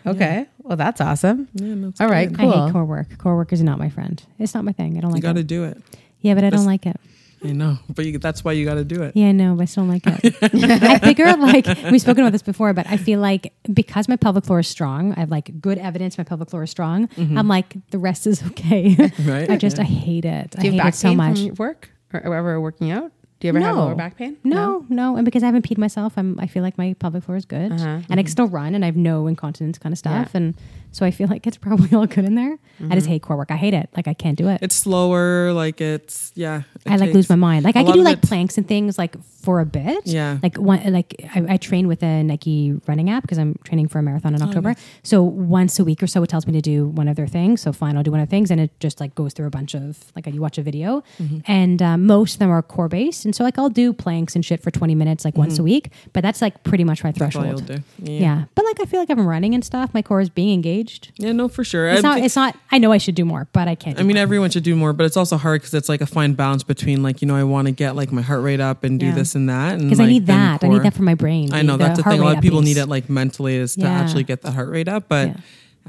Okay, well that's awesome. yeah, no, it's All right, good. cool. I hate core work. Core work is not my friend. It's not my thing. I don't you like got to it. do it. Yeah, but I don't Listen. like it. I know, but you, that's why you got to do it. Yeah, no, but I still don't like it. I figure like we've spoken about this before, but I feel like because my pelvic floor is strong, I have like good evidence my pelvic floor is strong. Mm-hmm. I'm like the rest is okay. Right? I just I Yeah. hate it. Do you I have hate back it so pain much. from work or or ever working out? Do you ever have No. lower back pain? No, no, and because I haven't peed myself, I'm I feel like my pelvic floor is good, Uh-huh. Mm-hmm. and I Mm-hmm. can still run, and I have no incontinence kind of stuff, and so I feel like it's probably all good in there. I Mm-hmm. just hate core work. I hate it. Like I can't do it. It's slower, like it's yeah. it I like takes- lose my mind. Like a I could lot do of like it- planks and things like for a bit. Yeah. Like one like I, I train with a Nike running app because I'm training for a marathon Oh, in October. So once a week or so it tells me to do one of their things. So fine, I'll do one of the things and it just like goes through a bunch of like you watch a video Mm-hmm. and um, most of them are core based. And so like I'll do planks and shit for 20 minutes like once a week, but that's like pretty much my Mm-hmm. that's all you'll threshold. do. Yeah. Yeah. But like I feel like I'm running and stuff. My core is being engaged. Yeah, no, for sure. It's I not think- it's not I know I should do more, but I can't. I mean, everyone should do more, but it's also hard because it's like a fine balance between like you know I want to get like my heart rate up and Yeah. do this and that, and because I like, need then that. I need core. that for my brain. I know that's the heart thing. A rate lot of people upbeats. need it like mentally is to Yeah. actually get the heart rate up, but Yeah.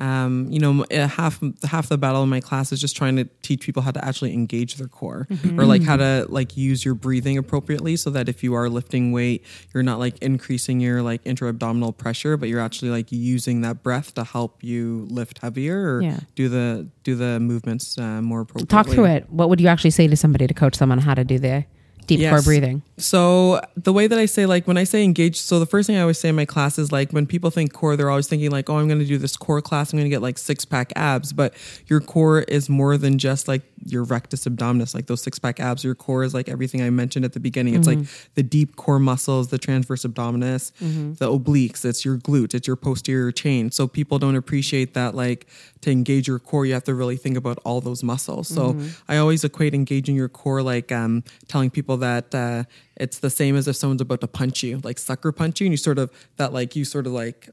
Um, you know, m- uh, half half the battle in my class is just trying to teach people how to actually engage their core or like how to Mm-hmm. like use your breathing appropriately so that if you are lifting weight, you're not like increasing your like intra abdominal pressure, but you're actually like using that breath to help you lift heavier or Yeah. do the do the movements uh, more appropriately. Talk through it. What would you actually say to somebody to coach someone how to do their deep core Yes. breathing? So the way that I say like when I say engage, so the first thing I always say in my class is like when people think core, they're always thinking like, oh, I'm going to do this core class, I'm going to get like six pack abs. But your core is more than just like your rectus abdominis, like those six pack abs. Your core is like everything I mentioned at the beginning. It's Mm-hmm. like the deep core muscles, the transverse abdominis, Mm-hmm. the obliques. It's your glute. It's your posterior chain. So people don't appreciate that like to engage your core, you have to really think about all those muscles. So Mm-hmm. I always equate engaging your core like um, telling people that uh, it's the same as if someone's about to punch you, like sucker punch you, and you sort of that like you sort of like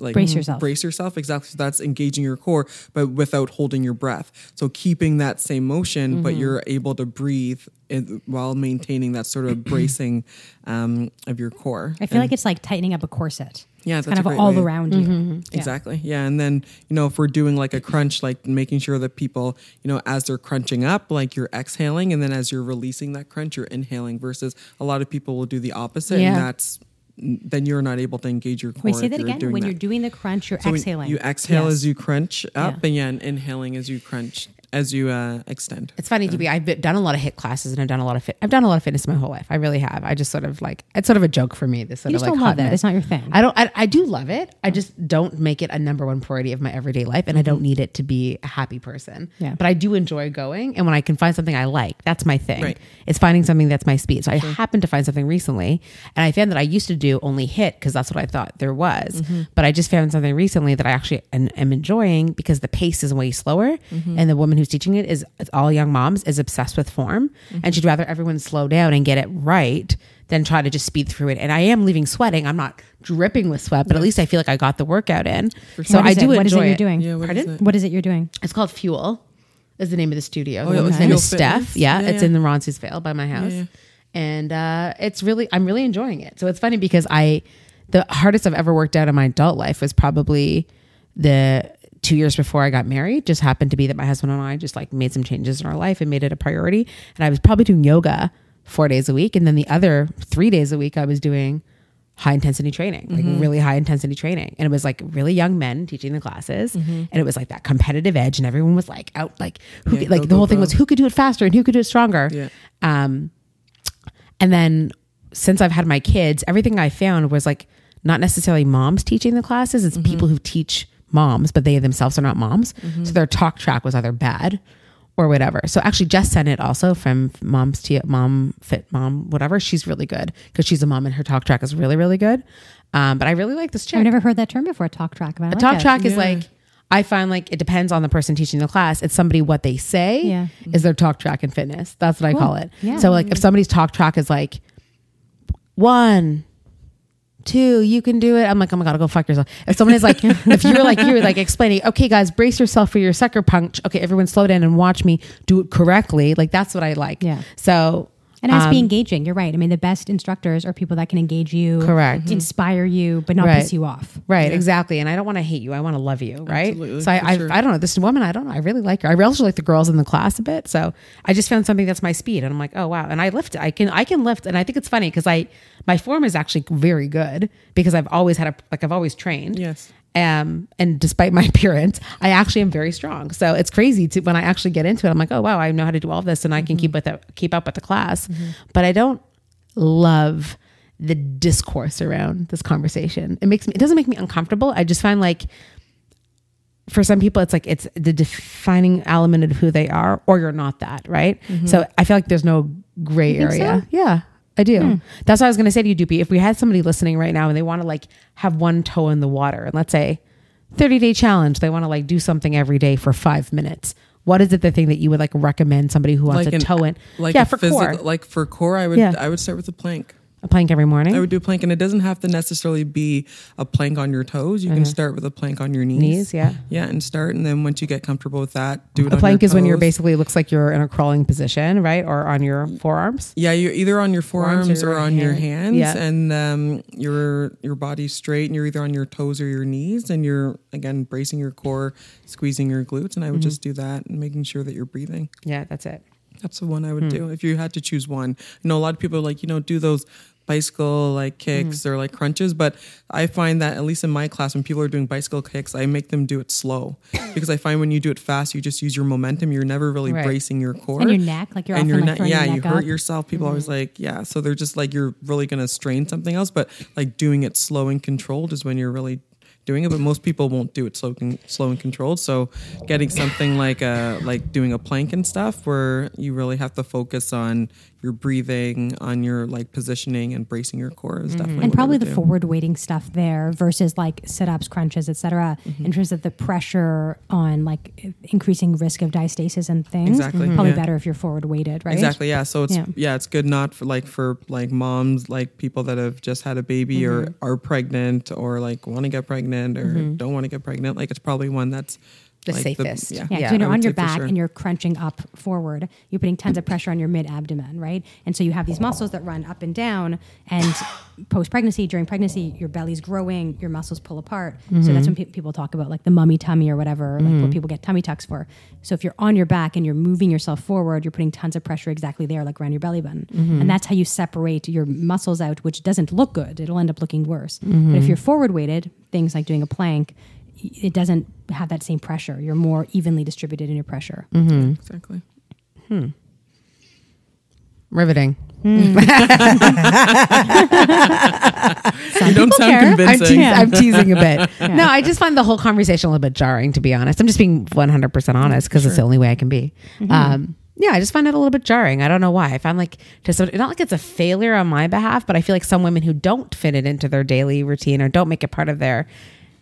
like mm-hmm, Brace yourself. brace yourself exactly. So that's engaging your core, but without holding your breath. So keeping that same motion, but Mm-hmm. you're able to breathe in, while maintaining that sort of bracing um, of your core. I feel like it's like tightening up a corset. Yeah, it's that's kind a of great all way. around you. Yeah. Exactly. Yeah. And then, you know, if we're doing like a crunch, like making sure that people, you know, as they're crunching up, like you're exhaling. And then as you're releasing that crunch, you're inhaling versus a lot of people will do the opposite. Yeah. And that's, then you're not able to engage your core. Wait, say if that you're again. doing When that. you're doing the crunch, you're So when exhaling. You exhale Yes. as you crunch up Yeah. and yeah, and inhaling as you crunch, as you uh, extend. It's funny to be. I've been- done a lot of hit classes and I've done a lot of fit. I've done a lot of fitness my whole life. I really have. I just sort of like it's sort of a joke for me. This sort You of just like don't love hot it. mess. It's not your thing. I don't. I, I do love it. I just don't make it a number one priority of my everyday life, and I don't need it to be a happy person. Yeah. But I do enjoy going, and when I can find something I like, that's my thing. Right. It's finding something that's my speed. So I happened to find something recently, and I found that I used to do only hit because that's what I thought there was. Mm-hmm. But I just found something recently that I actually am, am enjoying because the pace is way slower, Mm-hmm. and the woman who's teaching it is it's all young moms is obsessed with form, Mm-hmm. and she'd rather everyone slow down and get it right than try to just speed through it. And I am leaving sweating. I'm not dripping with sweat, but at least I feel like I got the workout in. So What I is do it? What is it enjoy you're doing? Yeah, what is Pardon? it? What is it you're doing? It's called Fuel. Is the name of the studio. Oh, yeah, the woman's okay. name is Fuel Fitness? Steph. Yeah, Yeah, it's yeah. in the Ronceesvale by my house, and uh, it's really I'm really enjoying it. So it's funny because I the hardest I've ever worked out in my adult life was probably the two years before I got married. Just happened to be that my husband and I just like made some changes in our life and made it a priority. And I was probably doing yoga four days a week, and then the other three days a week I was doing high intensity training, like really high intensity training. And it was like really young men teaching the classes. And it was like that competitive edge. And everyone was like out, like, who Yeah, could, like go, the whole go, thing go. was who could do it faster and who could do it stronger. Yeah. Um, and then since I've had my kids, everything I found was like not necessarily moms teaching the classes. It's Mm-hmm. people who teach moms, but they themselves are not moms. So their talk track was either bad or whatever. So actually Jess Sennett also from Moms to Mom Fit Mom, whatever. She's really good because she's a mom and her talk track is really, really good. Um, but I really like this chick. I've never heard that term before. Talk track. But I like A talk it. track is like I find like it depends on the person teaching the class. It's somebody what they say Yeah. is their talk track in fitness. That's what I call it. Yeah. So like if somebody's talk track is like one, two, you can do it. I'm like, oh my god, go fuck yourself. If someone is like, if you're like you're like explaining, okay, guys, brace yourself for your sucker punch. Okay, everyone, slow down and watch me do it correctly. Like that's what I like. Yeah. So And it has to be engaging. You're right. I mean, the best instructors are people that can engage you, Correct. inspire you, but not Right. piss you off. Right, exactly. And I don't want to hate you. I want to love you. Right. Absolutely, so I, for I, sure. I don't know. This woman, I don't know. I really like her. I also like the girls in the class a bit. So I just found something that's my speed, and I'm like, oh wow. And I lift. I can, I can lift. And I think it's funny because I, my form is actually very good because I've always had a, like I've always trained. Yes. Um, and despite my appearance, I actually am very strong. So it's crazy to when I actually get into it, I'm like, oh wow, I know how to do all this, and I can keep with it, keep up with the class. But I don't love the discourse around this conversation. It makes me, it doesn't make me uncomfortable. I just find like for some people it's like it's the defining element of who they are or you're not that right so i feel like there's no gray think area so? yeah i do that's what i was going to say to you doopy if we had somebody listening right now and they want to like have one toe in the water and let's say 30 day challenge they want to like do something every day for five minutes what is it the thing that you would like recommend somebody who wants Like to an- toe in Like yeah a for physical, core Like for core, I would, Yeah. I would start with a plank. A plank every morning. I would do plank, and it doesn't have to necessarily be a plank on your toes. You can start with a plank on your knees. Mm-hmm. Knees, yeah. Yeah, and start, and then once you get comfortable with that, do it. a on plank your is when you're toes. basically looks like you're in a crawling position, right? Or on your forearms. Yeah, you're either on your forearms your or on your hand. hands, Yeah. and um, your your body's straight, and you're either on your toes or your knees, and you're again bracing your core, squeezing your glutes, and I Mm-hmm. would just do that and making sure that you're breathing. Yeah, that's it. That's the one I would Hmm. do if you had to choose one. You know, a lot of people like you know do those bicycle like kicks Hmm. or like crunches, but I find that at least in my class when people are doing bicycle kicks, I make them do it slow because I find when you do it fast, you just use your momentum. You're never really Right. bracing your core And your neck, like, you're and often, your like, neck. throwing Yeah, your you neck hurt up. yourself. People always like yeah, so they're just like you're really gonna strain something else, but like doing it slow and controlled is when you're really doing it but most people won't do it slow, con- slow and controlled so getting something like a like doing a plank and stuff where you really have to focus on your breathing on your like positioning and bracing your core is definitely and what I probably the would do. forward weighting stuff there versus like sit-ups crunches etc in terms of the pressure on like increasing risk of diastasis and things Exactly, Mhm. probably yeah. better if you're forward weighted right Exactly. Yeah. So it's Yeah. yeah. it's good not for like for like moms, like people that have just had a baby Mm-hmm. or are pregnant or like want to get pregnant or don't want to get pregnant. Like it's probably one that's The like, safest. yeah. yeah, Yeah, so when I you're would on your say for back sure. and you're crunching up forward, you're putting tons of pressure on your mid abdomen, right? And so you have these muscles that run up and down. And post pregnancy, during pregnancy, your belly's growing, your muscles pull apart. So Mm-hmm. that's when pe- people talk about like the mummy tummy or whatever, like what people get tummy tucks for. So if you're on your back and you're moving yourself forward, you're putting tons of pressure exactly there, like around your belly button. Mm-hmm. And that's how you separate your muscles out, which doesn't look good. It'll end up looking worse. Mm-hmm. But if you're forward weighted, things like doing a plank, it doesn't have that same pressure. You're more evenly distributed in your pressure. Mm-hmm. Exactly. Riveting. You don't sound care. I'm I'm, teas- convincing. I'm teasing a bit. No, I just find the whole conversation a little bit jarring, to be honest. I'm just being 100% honest because it's the only way I can be. Mm-hmm. Um, yeah, I just find it a little bit jarring. I don't know why. I find like, to some, not like it's a failure on my behalf, but I feel like some women who don't fit it into their daily routine or don't make it part of their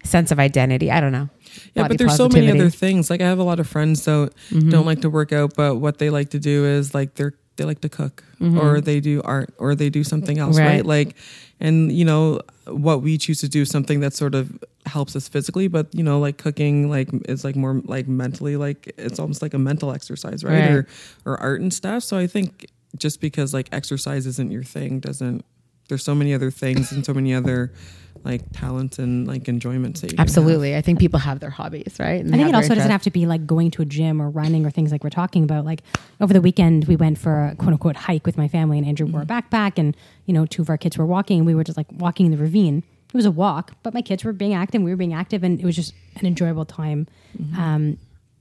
sense of identity. I don't know. Yeah, Body but there's so many positivity. Mm-hmm. other things. Like I have a lot of friends that don't like to work out, but what they like to do is like they're they like to cook or they do art or they do something else, right. Mm-hmm. Right. Like and you know what we choose to do is something that sort of helps us physically, but you know like cooking like is like more like mentally like it's almost like a mental exercise, right? Right. Or or art and stuff. So I think just because like exercise isn't your thing doesn't there's so many other things and so many other like talents and like enjoyments that you can have. Absolutely. I think people have their hobbies, right? I think it also doesn't have to be like going to a gym or running or things like we're talking about. Like over the weekend, we went for a quote unquote hike with my family, and Andrew wore a backpack, and you know, two of our kids were walking, and we were just like walking in the ravine. It was a walk, but my kids were being active, we were being active, and it was just an enjoyable time. Um,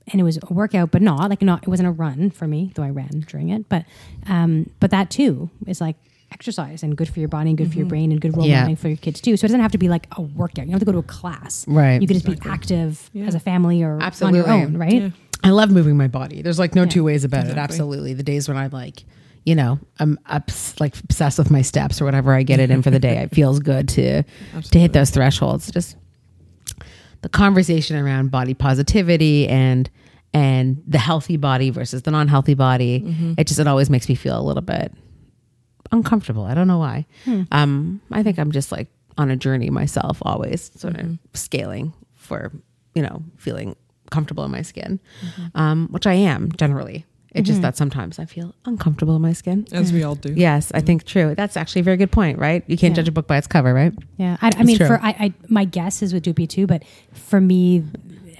and it was a workout, but not like not it wasn't a run for me, though I ran during it. But um, but that too is like exercise and good for your body and good for your brain and good role Yeah. modeling for your kids too. So it doesn't have to be like a workout. You don't have to go to a class. Right. You could just be active as a family or Absolutely. on your own, right? I love moving my body. There's like no two ways about it. Absolutely. The days when I'm like, you know, I'm ups, like obsessed with my steps or whatever I get it in for the day. It feels good to to hit those thresholds. Just the conversation around body positivity and and the healthy body versus the non-healthy body. It just it always makes me feel a little bit uncomfortable. I don't know why. Hmm. Um, I think I'm just like on a journey myself, always sort Mm-hmm. of scaling for you know feeling comfortable in my skin, Mm-hmm. um, which I am generally. It's just that sometimes I feel uncomfortable in my skin. As we all do. Yes, I think true. That's actually a very good point, right? You can't Yeah. judge a book by its cover, right? Yeah, I, I mean, true. for I, I, my guess is with Doopy too, but for me,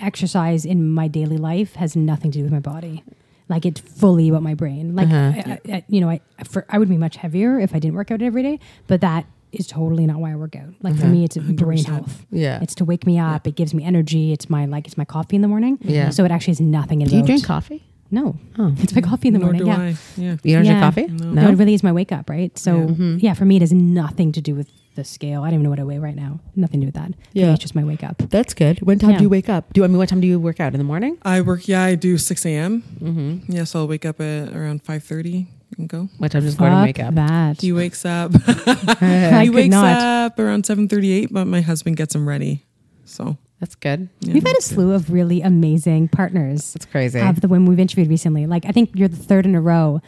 exercise in my daily life has nothing to do with my body. Like it's fully about my brain. Like Uh-huh. I, I, I- you know, I for I would be much heavier if I didn't work out every day, but that is totally not why I work out. Like for me, it's brain health. Uh-huh. Yeah. it's to wake me up. It gives me energy. It's my like it's my coffee in the morning. Yeah. so it actually is nothing. Do you drink coffee? No, it's my coffee in the Nor morning. do yeah. I. Yeah. You don't Oh. Yeah. drink coffee? No, it really is my wake up, right? So, yeah, Mm-hmm. for me, it has nothing to do with the scale. I don't even know what I weigh right now. Nothing to do with that. Yeah. Yeah. it's just my wake up. That's good. When time Yeah. do you wake up? Do I mean what time do you work out in the morning? I work. Yeah, I do six a.m. Mm-hmm. Yeah, so I'll wake up at around five thirty and go. What time does Gordon wake Fuck up? That. He wakes up. I he could wakes not. up around seven thirty-eight, but my husband gets him ready. So That's good. We've had a slew of really amazing partners That's crazy. Mm-hmm. of the women we've interviewed recently. Like, I think you're the third in a row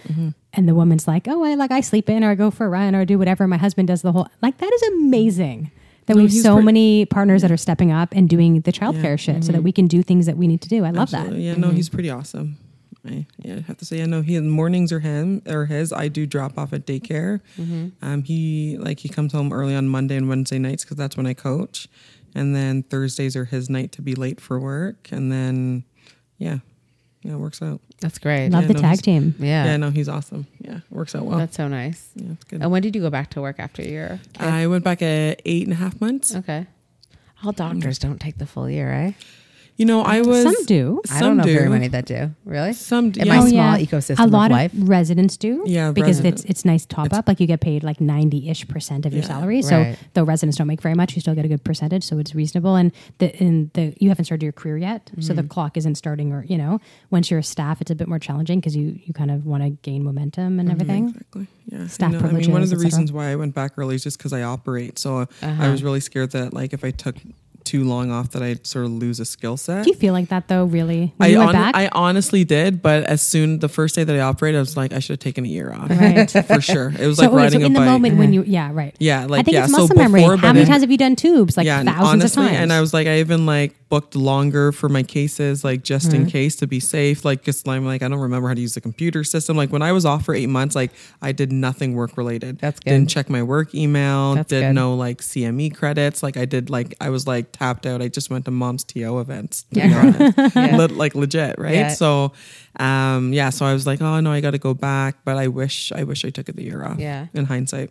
And the woman's like, oh, I like I sleep in or I go for a run or I do whatever. My husband does the whole like that is amazing that we have he's so pretty- many partners that are stepping up and doing the childcare shit so that we can do things that Mm-hmm. we need to do. I love Mm-hmm. Absolutely. Yeah, no, he's pretty awesome. I yeah, I have to say, I know he mornings are him or his. I do drop off at daycare. Um, he like he comes home early on Monday and Wednesday nights because that's when I coach, and then Thursdays are his night to be late for work, and then yeah, yeah, it works out. That's great. that. Love Yeah, the no, tag he's- team. yeah. Yeah, no, he's awesome. Yeah, it works out well. That's so nice. yeah, it's good. And when did you go back to work after your kid? I went back at eight and a half months. Oh. Okay. All doctors don't take the full year, right? You know, I was Some do. I don't know very many that do. Really? Some do. In yeah. my small ecosystem Oh, a of lot life. residents do. Yeah, because resident. it's it's nice top up. Like you get paid like ninety ish percent of your salary. So Right. though residents don't make very much, you still get a good percentage. So it's reasonable. And the and the you haven't started your career yet, so Mm. the clock isn't starting. Or you know, once you're a staff, it's a bit more challenging because you you kind of want to gain momentum Mm-hmm. and everything. Exactly. Yeah. Staff I mean, one of privileges, the et cetera. Uh-huh. reasons why I went back early is just because I operate. So I was really scared that, like, if I took too long off, that I'd sort of lose a skill set. Do you feel like that though? Really, when I, you went hon- back, I honestly did, but as soon the first day that I operated, I was like, I should have taken a year off right? so, for sure. It was like okay, so riding a in the bike. moment when you, yeah, right. Yeah, like I think yeah. it's so muscle memory. before, How but many then- times have you done tubes? Like yeah, and thousands honestly, of times. and I was like, I even like booked longer for my cases, like just Mm-hmm. in case to be safe. Like, because I'm like, I don't remember how to use the computer system. Like when I was off for eight months, like I did nothing work related. That's good. Didn't check my work email. That's did good. no like CME credits. Like I did like I was like tapped out. I just went to mom's TO events. To be Yeah. honest. Yeah. Le- like legit, right? Yeah. So, um, yeah. So I was like, oh no, I got to go back. But I wish, I wish I took it the year off. Yeah. In hindsight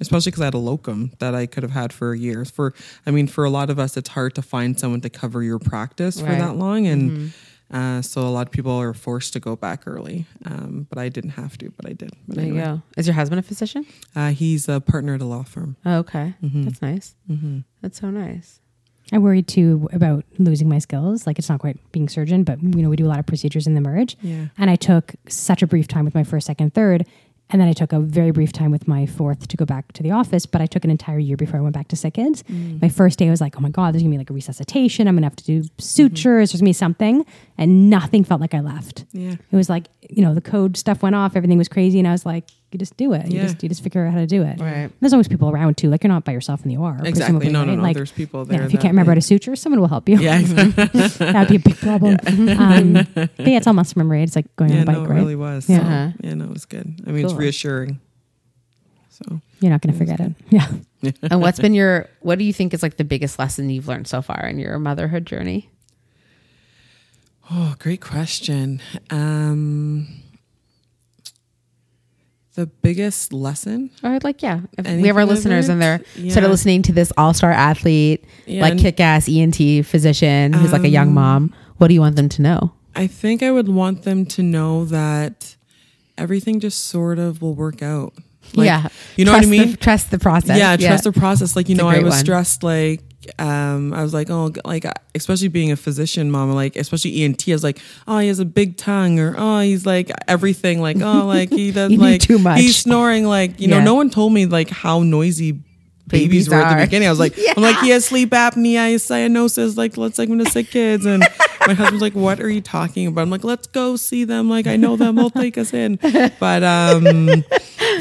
especially because I had a locum that I could have had for years. For I mean, for a lot of us, it's hard to find someone to cover your practice for Right. that long, and Mm-hmm. uh, so a lot of people are forced to go back early. Um, but I didn't have to, but I did. But There you anyway, go. Is your husband a physician? uh, he's a partner at a law firm. Oh, okay. Mm-hmm. That's nice. That's so nice. I worry too about losing my skills. Like it's not quite being surgeon, but you know we do a lot of procedures in the merge. Yeah. And I took such a brief time with my first, second, third, and then I took a very brief time with my fourth to go back to the office. But I took an entire year before I went back to sick kids. Mm. My first day I was like, oh my god, there's gonna be like a resuscitation. I'm gonna have to do sutures. There's gonna be something, and nothing felt like I left. Yeah. It was like you know the code stuff went off, everything was crazy, and I was like, you just do it. You Yeah. just you just figure out how to do it. Right. There's always people around too. Like you're not by yourself in the E OR. Exactly. presumably, No, no, right? no. Like, There's people there. yeah, if you that, can't remember how like- to suture, someone will help you. yeah, exactly. that would be a big problem. Um, but yeah, it's all muscle memory. It's like going yeah, on a bike, no, it right? really was. Yeah. Yeah, Uh-huh. yeah, no, it was good. I mean, Cool. it's reassuring. So You're not going to forget it. Yeah. and what's been your what do you think is like the biggest lesson you've learned so far in your motherhood journey Oh, great question. Um, the biggest lesson, or like yeah if we have Anything our I've listeners and they're learned? sort Yeah. of listening to this all-star athlete Yeah, like and- Um, kick-ass ent physician who's like a young mom what do you want them to know I think I would want them to know that everything just sort of will work out. Like, yeah you know trust what I mean. the, trust the process Yeah, trust the process. Like you It's a know, I great was one. stressed. Like um, I was like, oh, g- like uh, especially being a physician, mama. Like especially ENT. I was like, oh, he has a big tongue, or oh, he's like everything. Like oh, like he does You knew like too much. He's snoring. Like you know, Yeah. no one told me like how noisy. Babies Babies, were at are. the beginning. I was like, I'm like, he has sleep apnea, he has cyanosis. Like, let's take him to sick kids. And my husband's like, what are you talking about? I'm like, let's go see them. Like, I know them. They'll take us in. But um,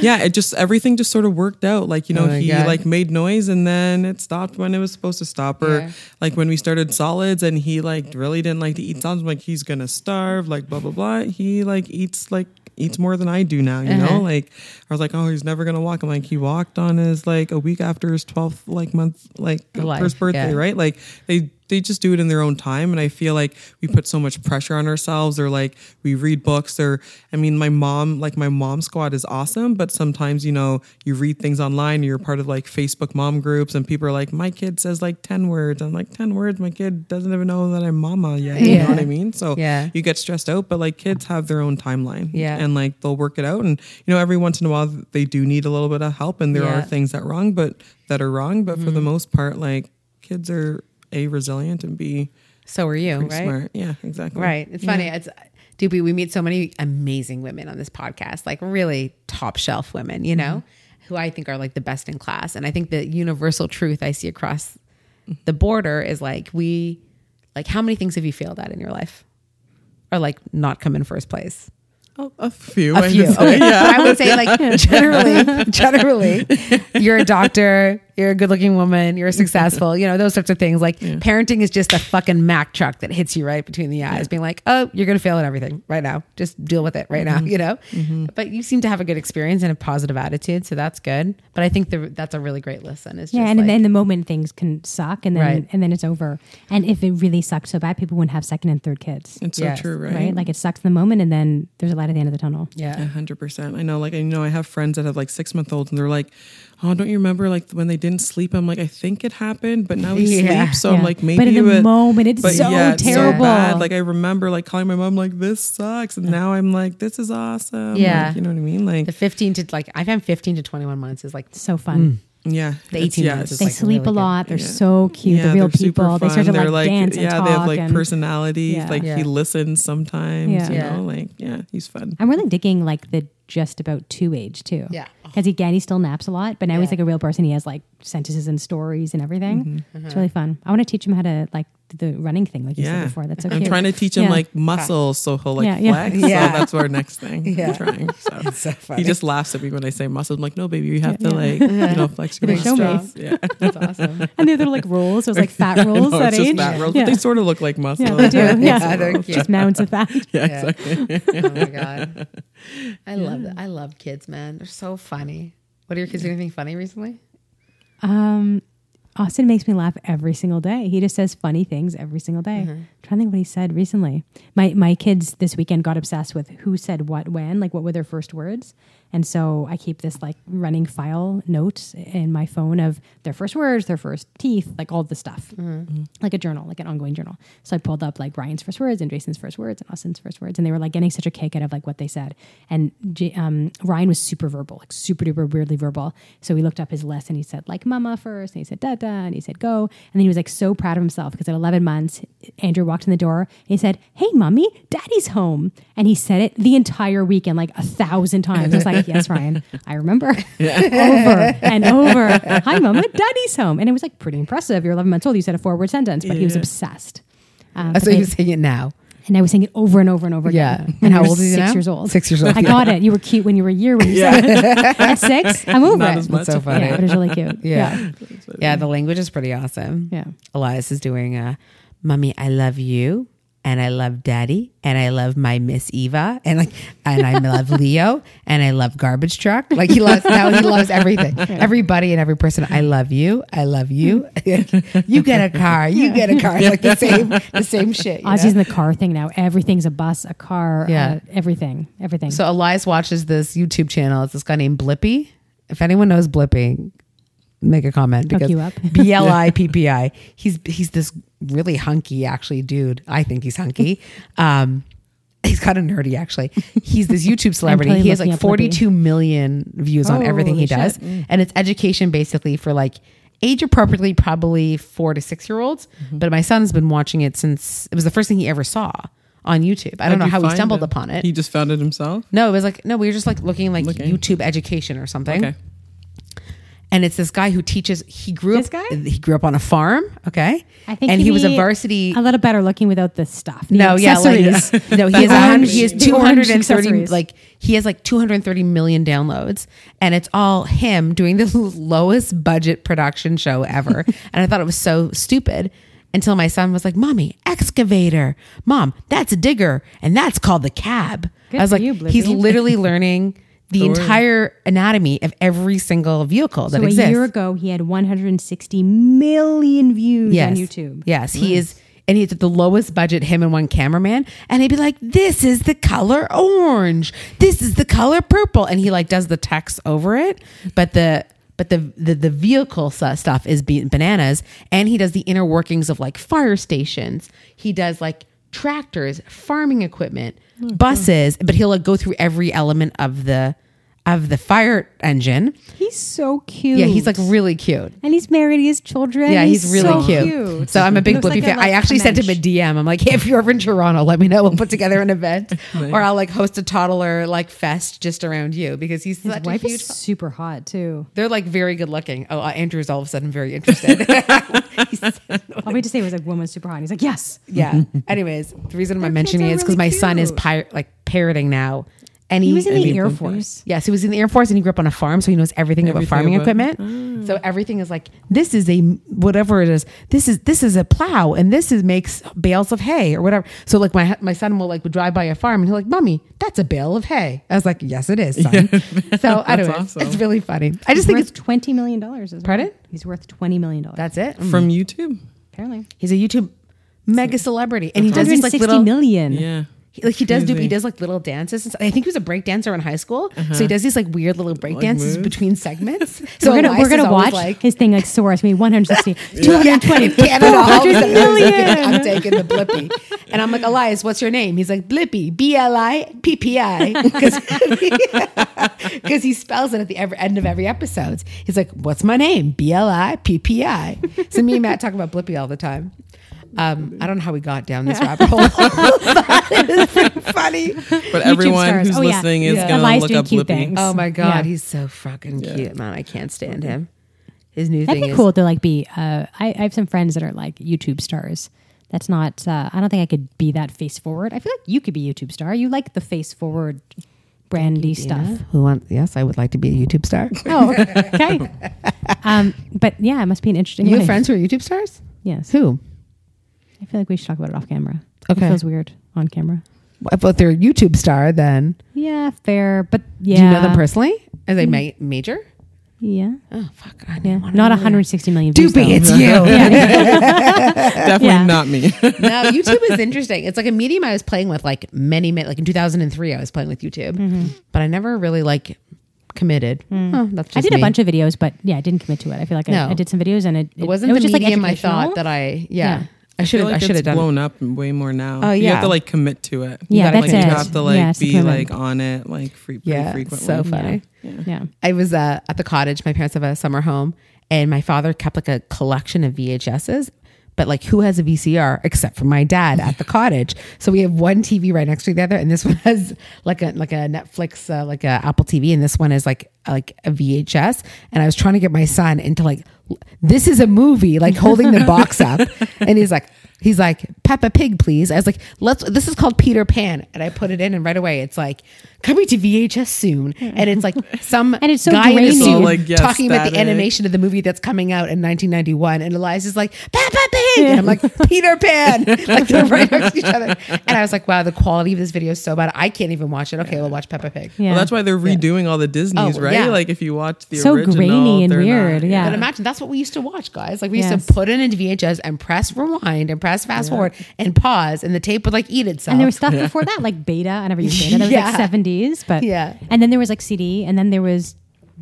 yeah, it just everything just sort of worked out. Like you know, Oh my he God. like made noise and then it stopped when it was supposed to stop. Or Yeah. like when we started solids and he like really didn't like to eat solids. I'm like he's gonna starve. Like blah blah blah. He like eats like eats more than I do now. You Uh-huh. know, like I was like, oh, he's never gonna walk. I'm like he walked on his like a week after his twelfth like month like Life, first birthday, yeah. right? Like they they just do it in their own time and i feel like we put so much pressure on ourselves or like we read books or i mean my mom like my mom squad is awesome but sometimes you know you read things online you're part of like facebook mom groups and people are like my kid says like 10 words i'm like 10 words my kid doesn't even know that i'm mama yet you Yeah. know what i mean so Yeah. you get stressed out but like kids have their own timeline Yeah. and like they'll work it out and you know every once in a while they do need a little bit of help and there Yeah. Mm-hmm. are things that wrong but that are wrong but for the most part like kids are a resilient and b so are you right smart yeah exactly Right. It's funny. It's Doopy, we meet so many amazing women on this podcast, like really top shelf women, you know, Mm-hmm. who I think are like the best in class. And I think the universal truth I see across the border is like we like how many things have you failed at in your life? Or like not come in first place? Oh, a few. a I few. would say. Okay. Yeah. But I would say, like, generally, generally, you're a doctor, you're a good looking woman, you're successful, you know, those sorts of things. Like, parenting is just a fucking Mack truck that hits you right between the eyes, being like, oh, you're going to fail at everything right now. Just deal with it right Mm-hmm. now, you know? But you seem to have a good experience and a positive attitude. So that's good. But I think the, that's a really great lesson. Is Yeah, just and like, then the moment things can suck, and then Right. and then it's over. And if it really sucked so bad, people wouldn't have second and third kids, It's so Yes. true, right? right? Like it sucks in the moment, and then there's a light at the end of the tunnel. yeah. A hundred percent. I know, like I know, I have friends that have like six month olds, and they're like, "Oh, don't you remember like when they didn't sleep?" I'm like, "I think it happened, but now he Yeah. sleeps." So Yeah. I'm like, But maybe in the it- moment, it's so it's terrible. bad. Like I remember like calling my mom like, "This sucks," and now I'm like, "This is awesome." Like, Yeah. you know what I mean? Like, The 15 to like, I found 15 to 21 months is like, It's so fun. yeah, The it's- 18 yeah, months it's is They like sleep really a good. lot. They're so cute. Mm. yeah, the real they're super people. They fun. start to They're, like, dance and yeah, talk. they have like and personalities. Yeah. Like Yeah. he listens sometimes. Yeah. You Yeah. know, like yeah, he's fun. I'm really digging like the just about two age too. Yeah. because again, he still naps a lot, but now he's Yeah. like a real person. He has like sentences and stories and everything. Mm-hmm. It's really fun. I want to teach him how to like do the running thing, like you Yeah. said before. That's so I'm cute. trying to teach him Yeah. like muscles, so he'll like Yeah, yeah. flex. Yeah. So that's our next thing. Yeah. I'm trying. So. so funny. He just laughs at me when I say muscles. I'm like, no, baby, you have Yeah. to like, you know, flex your They're so muscles. Yeah, that's awesome. and they're, they're like rolls. There's like fat I know, rolls that it's just age. fat rolls, yeah. but they sort of look like muscles. Yeah, they do. Yeah, Yeah, they're cute. just mounds of fat. Yeah, Yeah. exactly. oh my god, I love that. I love kids, man. They're so funny. What are your kids doing? Anything funny recently? Um, Austin makes me laugh every single day. He just says funny things every single day. Mm-hmm. I'm trying to think what he said recently. My my kids this weekend got obsessed with who said what when, like what were their first words. And so I keep this like running file note in my phone of their first words, their first teeth, like all the stuff, like a journal, like an ongoing journal. So I pulled up like Ryan's first words and Jason's first words and Austin's first words, and they were like getting such a kick out of like what they said. And J- um, Ryan was super verbal, like super duper weirdly verbal. So we looked up his list and he said like mama first, and he said da da, and he said go, and then he was like so proud of himself because at 11 months, Andrew walked in the door and he said, "Hey, mommy, daddy's home," and he said it the entire weekend like a thousand times. I was like, "Yes, Ryan, I remember." over and over. Hi, mama, daddy's home, and it was like pretty impressive. You're 11 months old. You said a four word sentence, but he was obsessed. Um, but so they- you're saying it now? and I was saying it over and over and over Yeah. again. And how I was old is he Six now? years old. Six years old. I got it. You were cute when you were a year when you said it. At six, I'm over Not it. as much. That's so funny. Yeah, but it's really cute. Yeah. yeah, The language is pretty awesome. Yeah. Elias is doing a, "Mommy, I love you." And I love Daddy, and I love my Miss Eva, and like, and I love Leo, and I love garbage truck. Like he loves now, he loves everything, everybody, and every person. I love you. I love you. you get a car. You get a car. It's like the same, the same shit. you know? Ozzy's in the car thing now. Everything's a bus, a car, Yeah. yeah. everything, everything. So Elias watches this YouTube channel. It's this guy named Blippy. If anyone knows Blippy, make a comment Hook because you up. B L I P P I. He's he's this really hunky actually dude. I think he's hunky. Um, he's kind of nerdy actually. He's this YouTube celebrity. totally He has looking like up Blippi. forty two million views on everything he Holy Mm. does, and it's education basically for like. Age appropriately, probably four to six year olds. Mm-hmm. But my son's been watching it since it was the first thing he ever saw on YouTube. I don't know how he stumbled upon it. He just found it himself. No, it was like no, we were just like looking like Looking. YouTube education or something. Okay. And it's this guy who teaches. He grew This up. guy? He grew up on a farm. Okay. I think and he he'd was a be varsity. A little better looking without the stuff. The no, yeah, like, accessories. no, he has a hundred, he has The orange two hundred and thirty, accessories. like he has like two hundred and thirty million downloads, and it's all him doing the lowest budget production show ever. and I thought it was so stupid until my son was like, "Mommy, excavator, mom, that's a digger, and that's called the cab." Good I was for like, you, he's Blippi." literally learning the entire anatomy of every single vehicle that so a exists. year ago, he had 160 million views yes. on YouTube. Yes, he is. And he's at the lowest budget, him and one cameraman. And he'd be like, this is the color orange. This is the color purple. And he like does the text over it. But the but the the, the vehicle su- stuff is be- bananas. And he does the inner workings of like fire stations. He does like tractors, farming equipment, Oh, buses. But he'll like go through every element of the of the fire engine. He's so cute. Yeah, he's like really cute. and he's married. He has children. Yeah, he's, really so cute. So I'm a big Looks Blippi like a, fan. I like, actually sent him a Comanche. DM. I'm like, hey, if you're ever in Toronto, let me know. We'll put together an event, or I'll like host a toddler like fest just around you because he's His such a wife huge. is super hot too. They're like very good looking. Oh, uh, Andrew's all of a sudden very interested. I'll wait to say it was like woman super hot. And he's like, yes. yeah. Anyways, the reason I'm Their kids mentioning are it is because really my son is cute. pir- like parroting now And He was in And the being Air grumpy. Force. Yes, he was in the Air Force and he grew up on a farm, so he knows everything, about Everything farming about- Ah. equipment. So everything is like this is a whatever it is. This is this is a plow, and this is makes bales of hay or whatever. So like my my son will like would drive by a farm and he's like, "Mommy, that's a bale of hay." I was like, "Yes, it is, son." so I don't know. awesome. It's really funny. I just He's think worth it's twenty million dollars. as well. Pardon? He's worth twenty million dollars. that's it. From YouTube? apparently He's a YouTube mega celebrity, and he does hundred these and like sixty little. million. Yeah. He, like he does do Crazy. Uh-huh. he does like little dances and stuff. I think he was a break dancer in high school so he does these like weird little break dances moves. between segments So we're gonna Elias we're is gonna always watch his thing like soaring. Me one hundred sixty. Canada all of a sudden, I was million. thinking, I'm taking the blippy. And I'm like, Elias, what's your name? He's like, Blippy, B L I P P I. Because he spells it at the ever, end of every episode. He's like, What's my name? B L I P P I. So me and Matt talk about Blippy all the time. Um, I don't know how we got down this rabbit hole. but it was pretty funny. But everyone stars. who's Oh, yeah. listening is Yeah. going to Elias look doing up cute Blippi. things. Oh my God, Yeah. he's so fucking cute, man. I can't stand him. His new That'd thing be is cool to like be. Uh, I, I have some friends that are like YouTube stars. That's not. Uh, I don't think I could be that face forward. I feel like you could be a YouTube star. You like the face forward, brandy stuff. Who wants? Yes, I would like to be a YouTube star. Oh, okay. um, but yeah, it must be an interesting. You have life. friends who are YouTube stars? Yes. Who? I feel like we should talk about it off camera. Okay. It feels weird on camera. But they're a YouTube star, then Yeah, fair. But yeah. do you know them personally? As a ma- major? Yeah. Oh fuck! I Yeah. didn't wanna Not know 160 million that. Doopey, views. though. it's you. Definitely Yeah. not me. no, YouTube is interesting. It's like a medium I was playing with, like many, many like in 2003, I was playing with YouTube, Mm-hmm. but I never really like committed. Huh, that's just Mm. I did me. a bunch of videos, but yeah, I didn't commit to it. I feel like No. I, I did some videos and it, It wasn't was the just like medium I educational. thought that I. Yeah, Yeah. I should feel have. I like should have it's done. blown up way more now. Oh, you yeah. have to like commit to it. Yeah, You gotta that's like it. commit. you have to like yeah, it's a be commitment. like on it like free, pretty Yeah, frequently. so funny. yeah. I was uh, at the cottage. My parents have a summer home, and my father kept like a collection of VHSs. But like, who has a VCR except for my dad at the cottage? So we have one TV right next to the other, and this one has like a like a Netflix, uh, like a Apple TV, and this one is like like a VHS. And I was trying to get my son into like, this is a movie, like holding the box up, and he's like. He's like Peppa Pig, please. I was like, let's. This is called Peter Pan, and I put it in, and right away it's like coming to VHS soon, and it's like some And it's so guy in a grainy. suit It's all, like, yeah, talking about the static. animation of the movie that's coming out in 1991, and Eliza's like Peppa Pig, and I'm like Peter Pan, like they're right next to each other, and I was like, wow, the quality of this video is so bad, I can't even watch it. Okay, we'll watch Peppa Pig. Yeah. Well, that's why they're redoing all the Disneys, Oh, right? yeah. Like if you watch the So original, grainy and they're weird, not- yeah. But imagine that's what we used to watch, guys. Like we used Yes. to put it into VHS and press rewind and press fast forward and pause, and the tape would like eat itself. And there was stuff before that, like beta. I never used beta. That was Yeah. like seventies, but Yeah. And then there was like CD, and then there was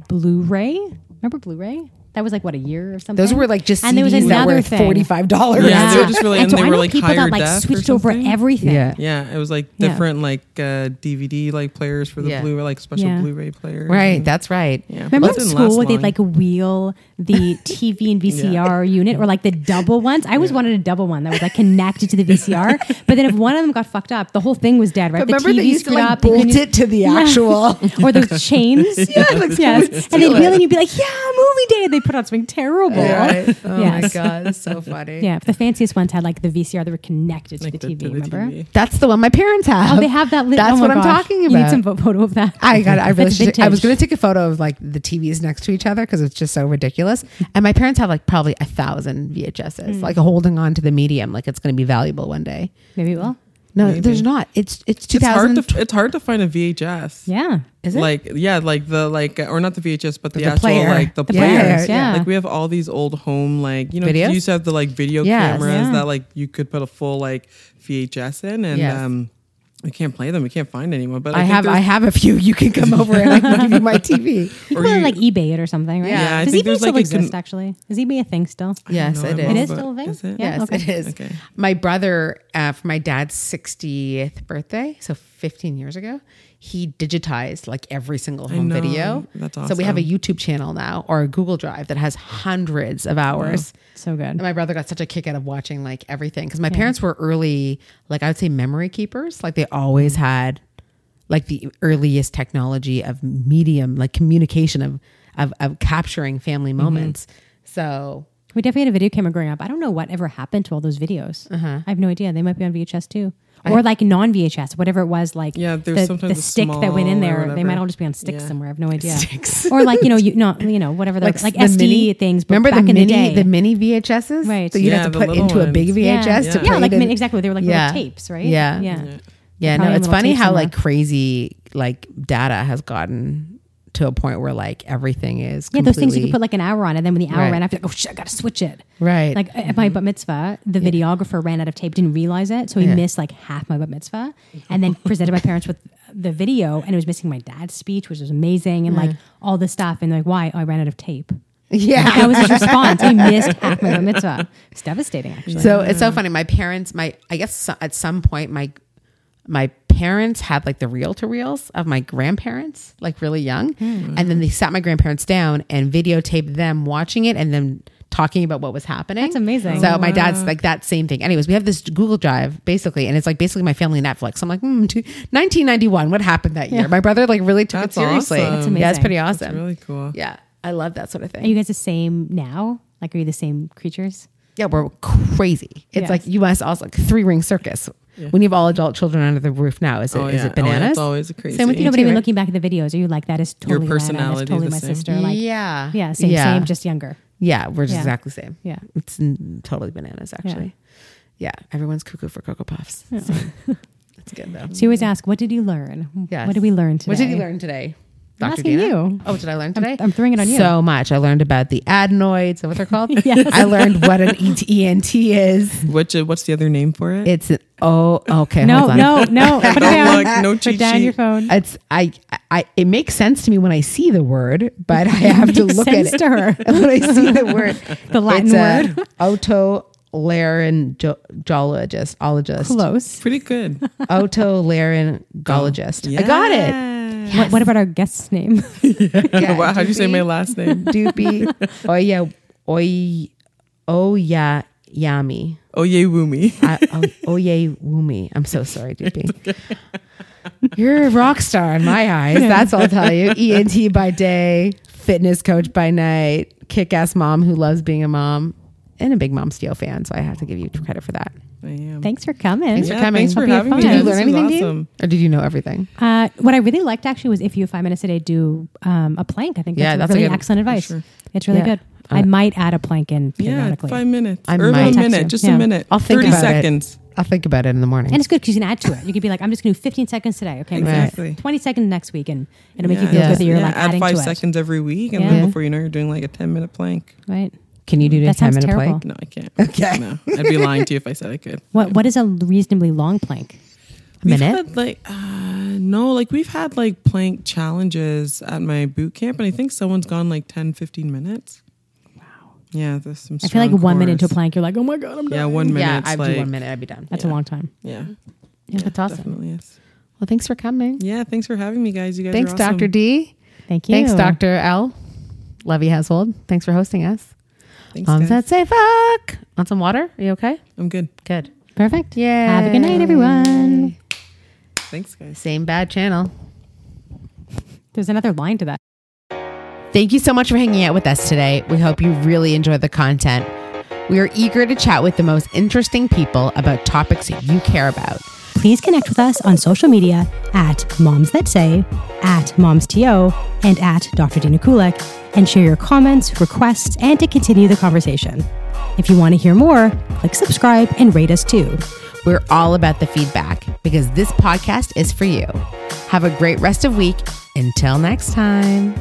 Blu-ray. Remember Blu-ray? That was like what a year or something. Those were like just CDs and there was that another were thing. forty five dollars. Yeah, they were just really- and so they I were, know like, people that higher like def or switched over something. everything. Yeah. Yeah, it was like Yeah. different like uh, DVD like players for the Yeah. Blu-ray, like special Yeah. Blu-ray players. Right, and- that's right. yeah, but Remember that in didn't last school where they'd long. like wheel the TV and VCR unit or like the double ones? I always wanted a double one that was like connected to the VCR. but then if one of them got fucked up, the whole thing was dead, right? But the remember TV they used to screwed like up, they couldn't bolt use- it to the actual. or those chains. Yeah, like someone yes. And steal they'd it. wheel and you'd be like, yeah, movie day. And they put on something terrible. Right. Oh my Yes. god, that's so funny. Yeah, but the fanciest ones had like the VCR that were connected Like to the TV. remember? That's the one my parents have. Oh, they have that. Li- That's oh my what I'm gosh. talking You need about. some pho- photo of that. I got. I really. That's Should, I was vintage. going to take a photo of like the TVs next to each other because it's just so ridiculous. And my parents have like probably a thousand VHSs, like holding on to the medium, like it's going to be valuable one day. Maybe it will. No, there's not. It's it's It's hard 2000. to it's hard to find a VHS. Yeah. Is it? Like yeah, like the like uh, or not the VHS, but the, The actual player. like the, The players. player, yeah. Like we have all these old home like you know Videos? you used to have the like video Yes. cameras Yeah. that like you could put a full like VHS in and Yes. um we can't play them. We can't find anyone. But I I, think have. there's- I have a few. You can come over and I can give you my TV. You Or can probably you- like eBay it or something, right? Yeah, Yeah, I Does think eBay there's, still like, a exist? con- actually, is eBay a thing still? Yes, No, it I'm is. all It is but- still a thing? Is it? Yeah. Yes, okay. it is. Okay. My brother, uh, for my dad's 60th birthday, so 15 years ago, he digitized like every single home know. video. That's So we have a awesome. YouTube channel now or a Google Drive that has hundreds of hours. So good. And my brother got such a kick out of watching like everything because my parents were early, like I would say, memory keepers. Like they always Mm. had like the earliest technology of Mm-hmm. medium, like communication of of, of capturing family moments. So We definitely had a video camera growing up. I don't know what ever happened to all those videos. Uh-huh. I have no idea. They might be on VHS too, or like non VHS, whatever it was. Like Yeah, there's the, sometimes the a stick that went in small or there. They might whatever. all just be on sticks Yeah. somewhere. I have no idea. Sticks. or like you know you not you know whatever like, like the SD mini- things. But remember back the in mini the day, the mini VHSs Right. that you'd Yeah, have to the put little into a big ones. VHS yeah. to yeah, play like it in- mini- exactly. They were like Yeah. little tapes, right? Yeah. yeah. Yeah, no, Probably it's little funny tapes how in like there. crazy like data has gotten to a point where like everything is Yeah, those things completely- you could put like an hour on, and then when the hour Right. ran out, you're like, oh shit, I gotta switch it. Mm-hmm. Right. Like at my bat mitzvah, the videographer ran out of tape, didn't realize it, so he Yeah. missed like half my bat mitzvah, and then presented my parents with the video, and it was missing my dad's speech, which was amazing, and like all this stuff, and they're like, why? Oh, I ran out of tape. yeah. That was his response. He missed half my bat mitzvah. It's devastating, actually. So it's so funny. My parents, my I guess so- at some point my my parents had like the reel to reels of my grandparents, like really young, Hmm. and then they sat my grandparents down and videotaped them watching it and then talking about what was happening. That's amazing. So my Oh, dad's like that same thing. Anyways, we have this Google Drive basically, and it's like basically my family Netflix. I'm like, hmm, two- 1991, what happened that year? My brother like really took That's it seriously. awesome. That's Yeah, it's amazing. pretty awesome. Really cool. yeah, I love that sort of thing. Are you guys the same now? Like, are you the same creatures? Yeah, we're crazy. It's Yes. like you must also like three ring circus. When you have all adult children under the roof now, is it is Oh, yeah. it bananas? It's always a crazy. Same with You know, but even looking back at the videos, are you like that? Is totally Lana, personality That's totally the my same. sister. Like, yeah, yeah, same, same, just younger. yeah. We're just Yeah. exactly the same. Yeah. It's n- totally bananas, actually. Yeah. everyone's cuckoo for cocoa puffs. So, That's good though. So you always ask, what did you learn? Yes. What did we learn today? What did you learn today? I'm Dr. asking Dina? you. Oh, what did I learn today? I'm throwing it on you. So much. I learned about the adenoids and what they're called. Yes. I learned what an E ENT is. Which uh, what's the other name for it? It's an oh okay. No, hold on. no, no. Put it down. look, no Put cheat down sheet. your phone. It's I, I it makes sense to me when I see the word, but I have to Makes look sense at it to her. when I see the word. The Latin it's uh, word otolaryngologist, ologist, Close. pretty good. otolaryngologist. I got it. What, what about our guest's name? Yeah, Wow, how'd you say my last name? doopy? Oh yeah, oy, oh yeah, yummy. Oyewumi. I, oh, Oye Wumi. I'm so sorry, Doopy. You're a rock star in my eyes. That's all I'll tell you. ENT by day, fitness coach by night, kick ass mom who loves being a mom, and a big Mom Steel fan. So I have to give you credit for that. I am. Thanks for coming. Thanks for Yeah, coming. thanks for Hope you had having fun. me. Did you This learn was anything, awesome. Dean? Or did you know everything? Uh, what I really liked actually was if you five minutes a day do um, a plank. I think Yeah, that's, that's a really good- excellent advice. It's really Yeah. Uh, good. I might add a plank in Yeah, periodically. five minutes. I or might. a Text you. minute, just Yeah. a minute. I'll think 30 about seconds. it. I'll think about it in the morning. And it's good because you can add to it. You could be like, I'm just going to do 15 seconds today. Okay, I'm gonna do Exactly. 20 seconds next week, and it'll make you Yeah, feel Yeah. good that you're yeah, like add adding five to seconds every week, and Yeah. then before you know, it, you're doing like a ten minute plank. it. Right. Can you do it That in time and sounds a terrible. play? No, I can't. Okay, no, I'd be lying to you if I said I could. What What is a reasonably long plank? A We've minute? had like uh, no, like we've had like plank challenges at my boot camp, and I think someone's gone like 10, 15 minutes. Wow. Yeah, there's some. I feel like strong one minute into a cores. plank, you're like, oh my god, I'm done. Yeah, one minute. Yeah, it's I'd like, do one minute. I'd be done. That's a Yeah. long time. Yeah, Yeah, that's awesome. definitely is. Well, thanks for coming. Yeah, thanks for having me, guys. You guys. Thanks, are awesome. Dr. D. Thank you. Thanks, Dr. L. Levy Hashold. Thanks for hosting us. Thanks, Moms guys. that say fuck. Want some water? Are you okay? I'm good. Good. Perfect. Yeah. Have a good night, everyone. Thanks, guys. Same bad channel. There's another line to that. Thank you so much for hanging out with us today. We hope you really enjoyed the content. We are eager to chat with the most interesting people about topics that you care about. Please connect with us on social media at Moms That Say, at MomsTO, and at Dr. Dina Kulik, and share your comments, requests, and to continue the conversation. If you want to hear more, click subscribe and rate us too. We're all about the feedback because this podcast is for you. Have a great rest of week. Until next time.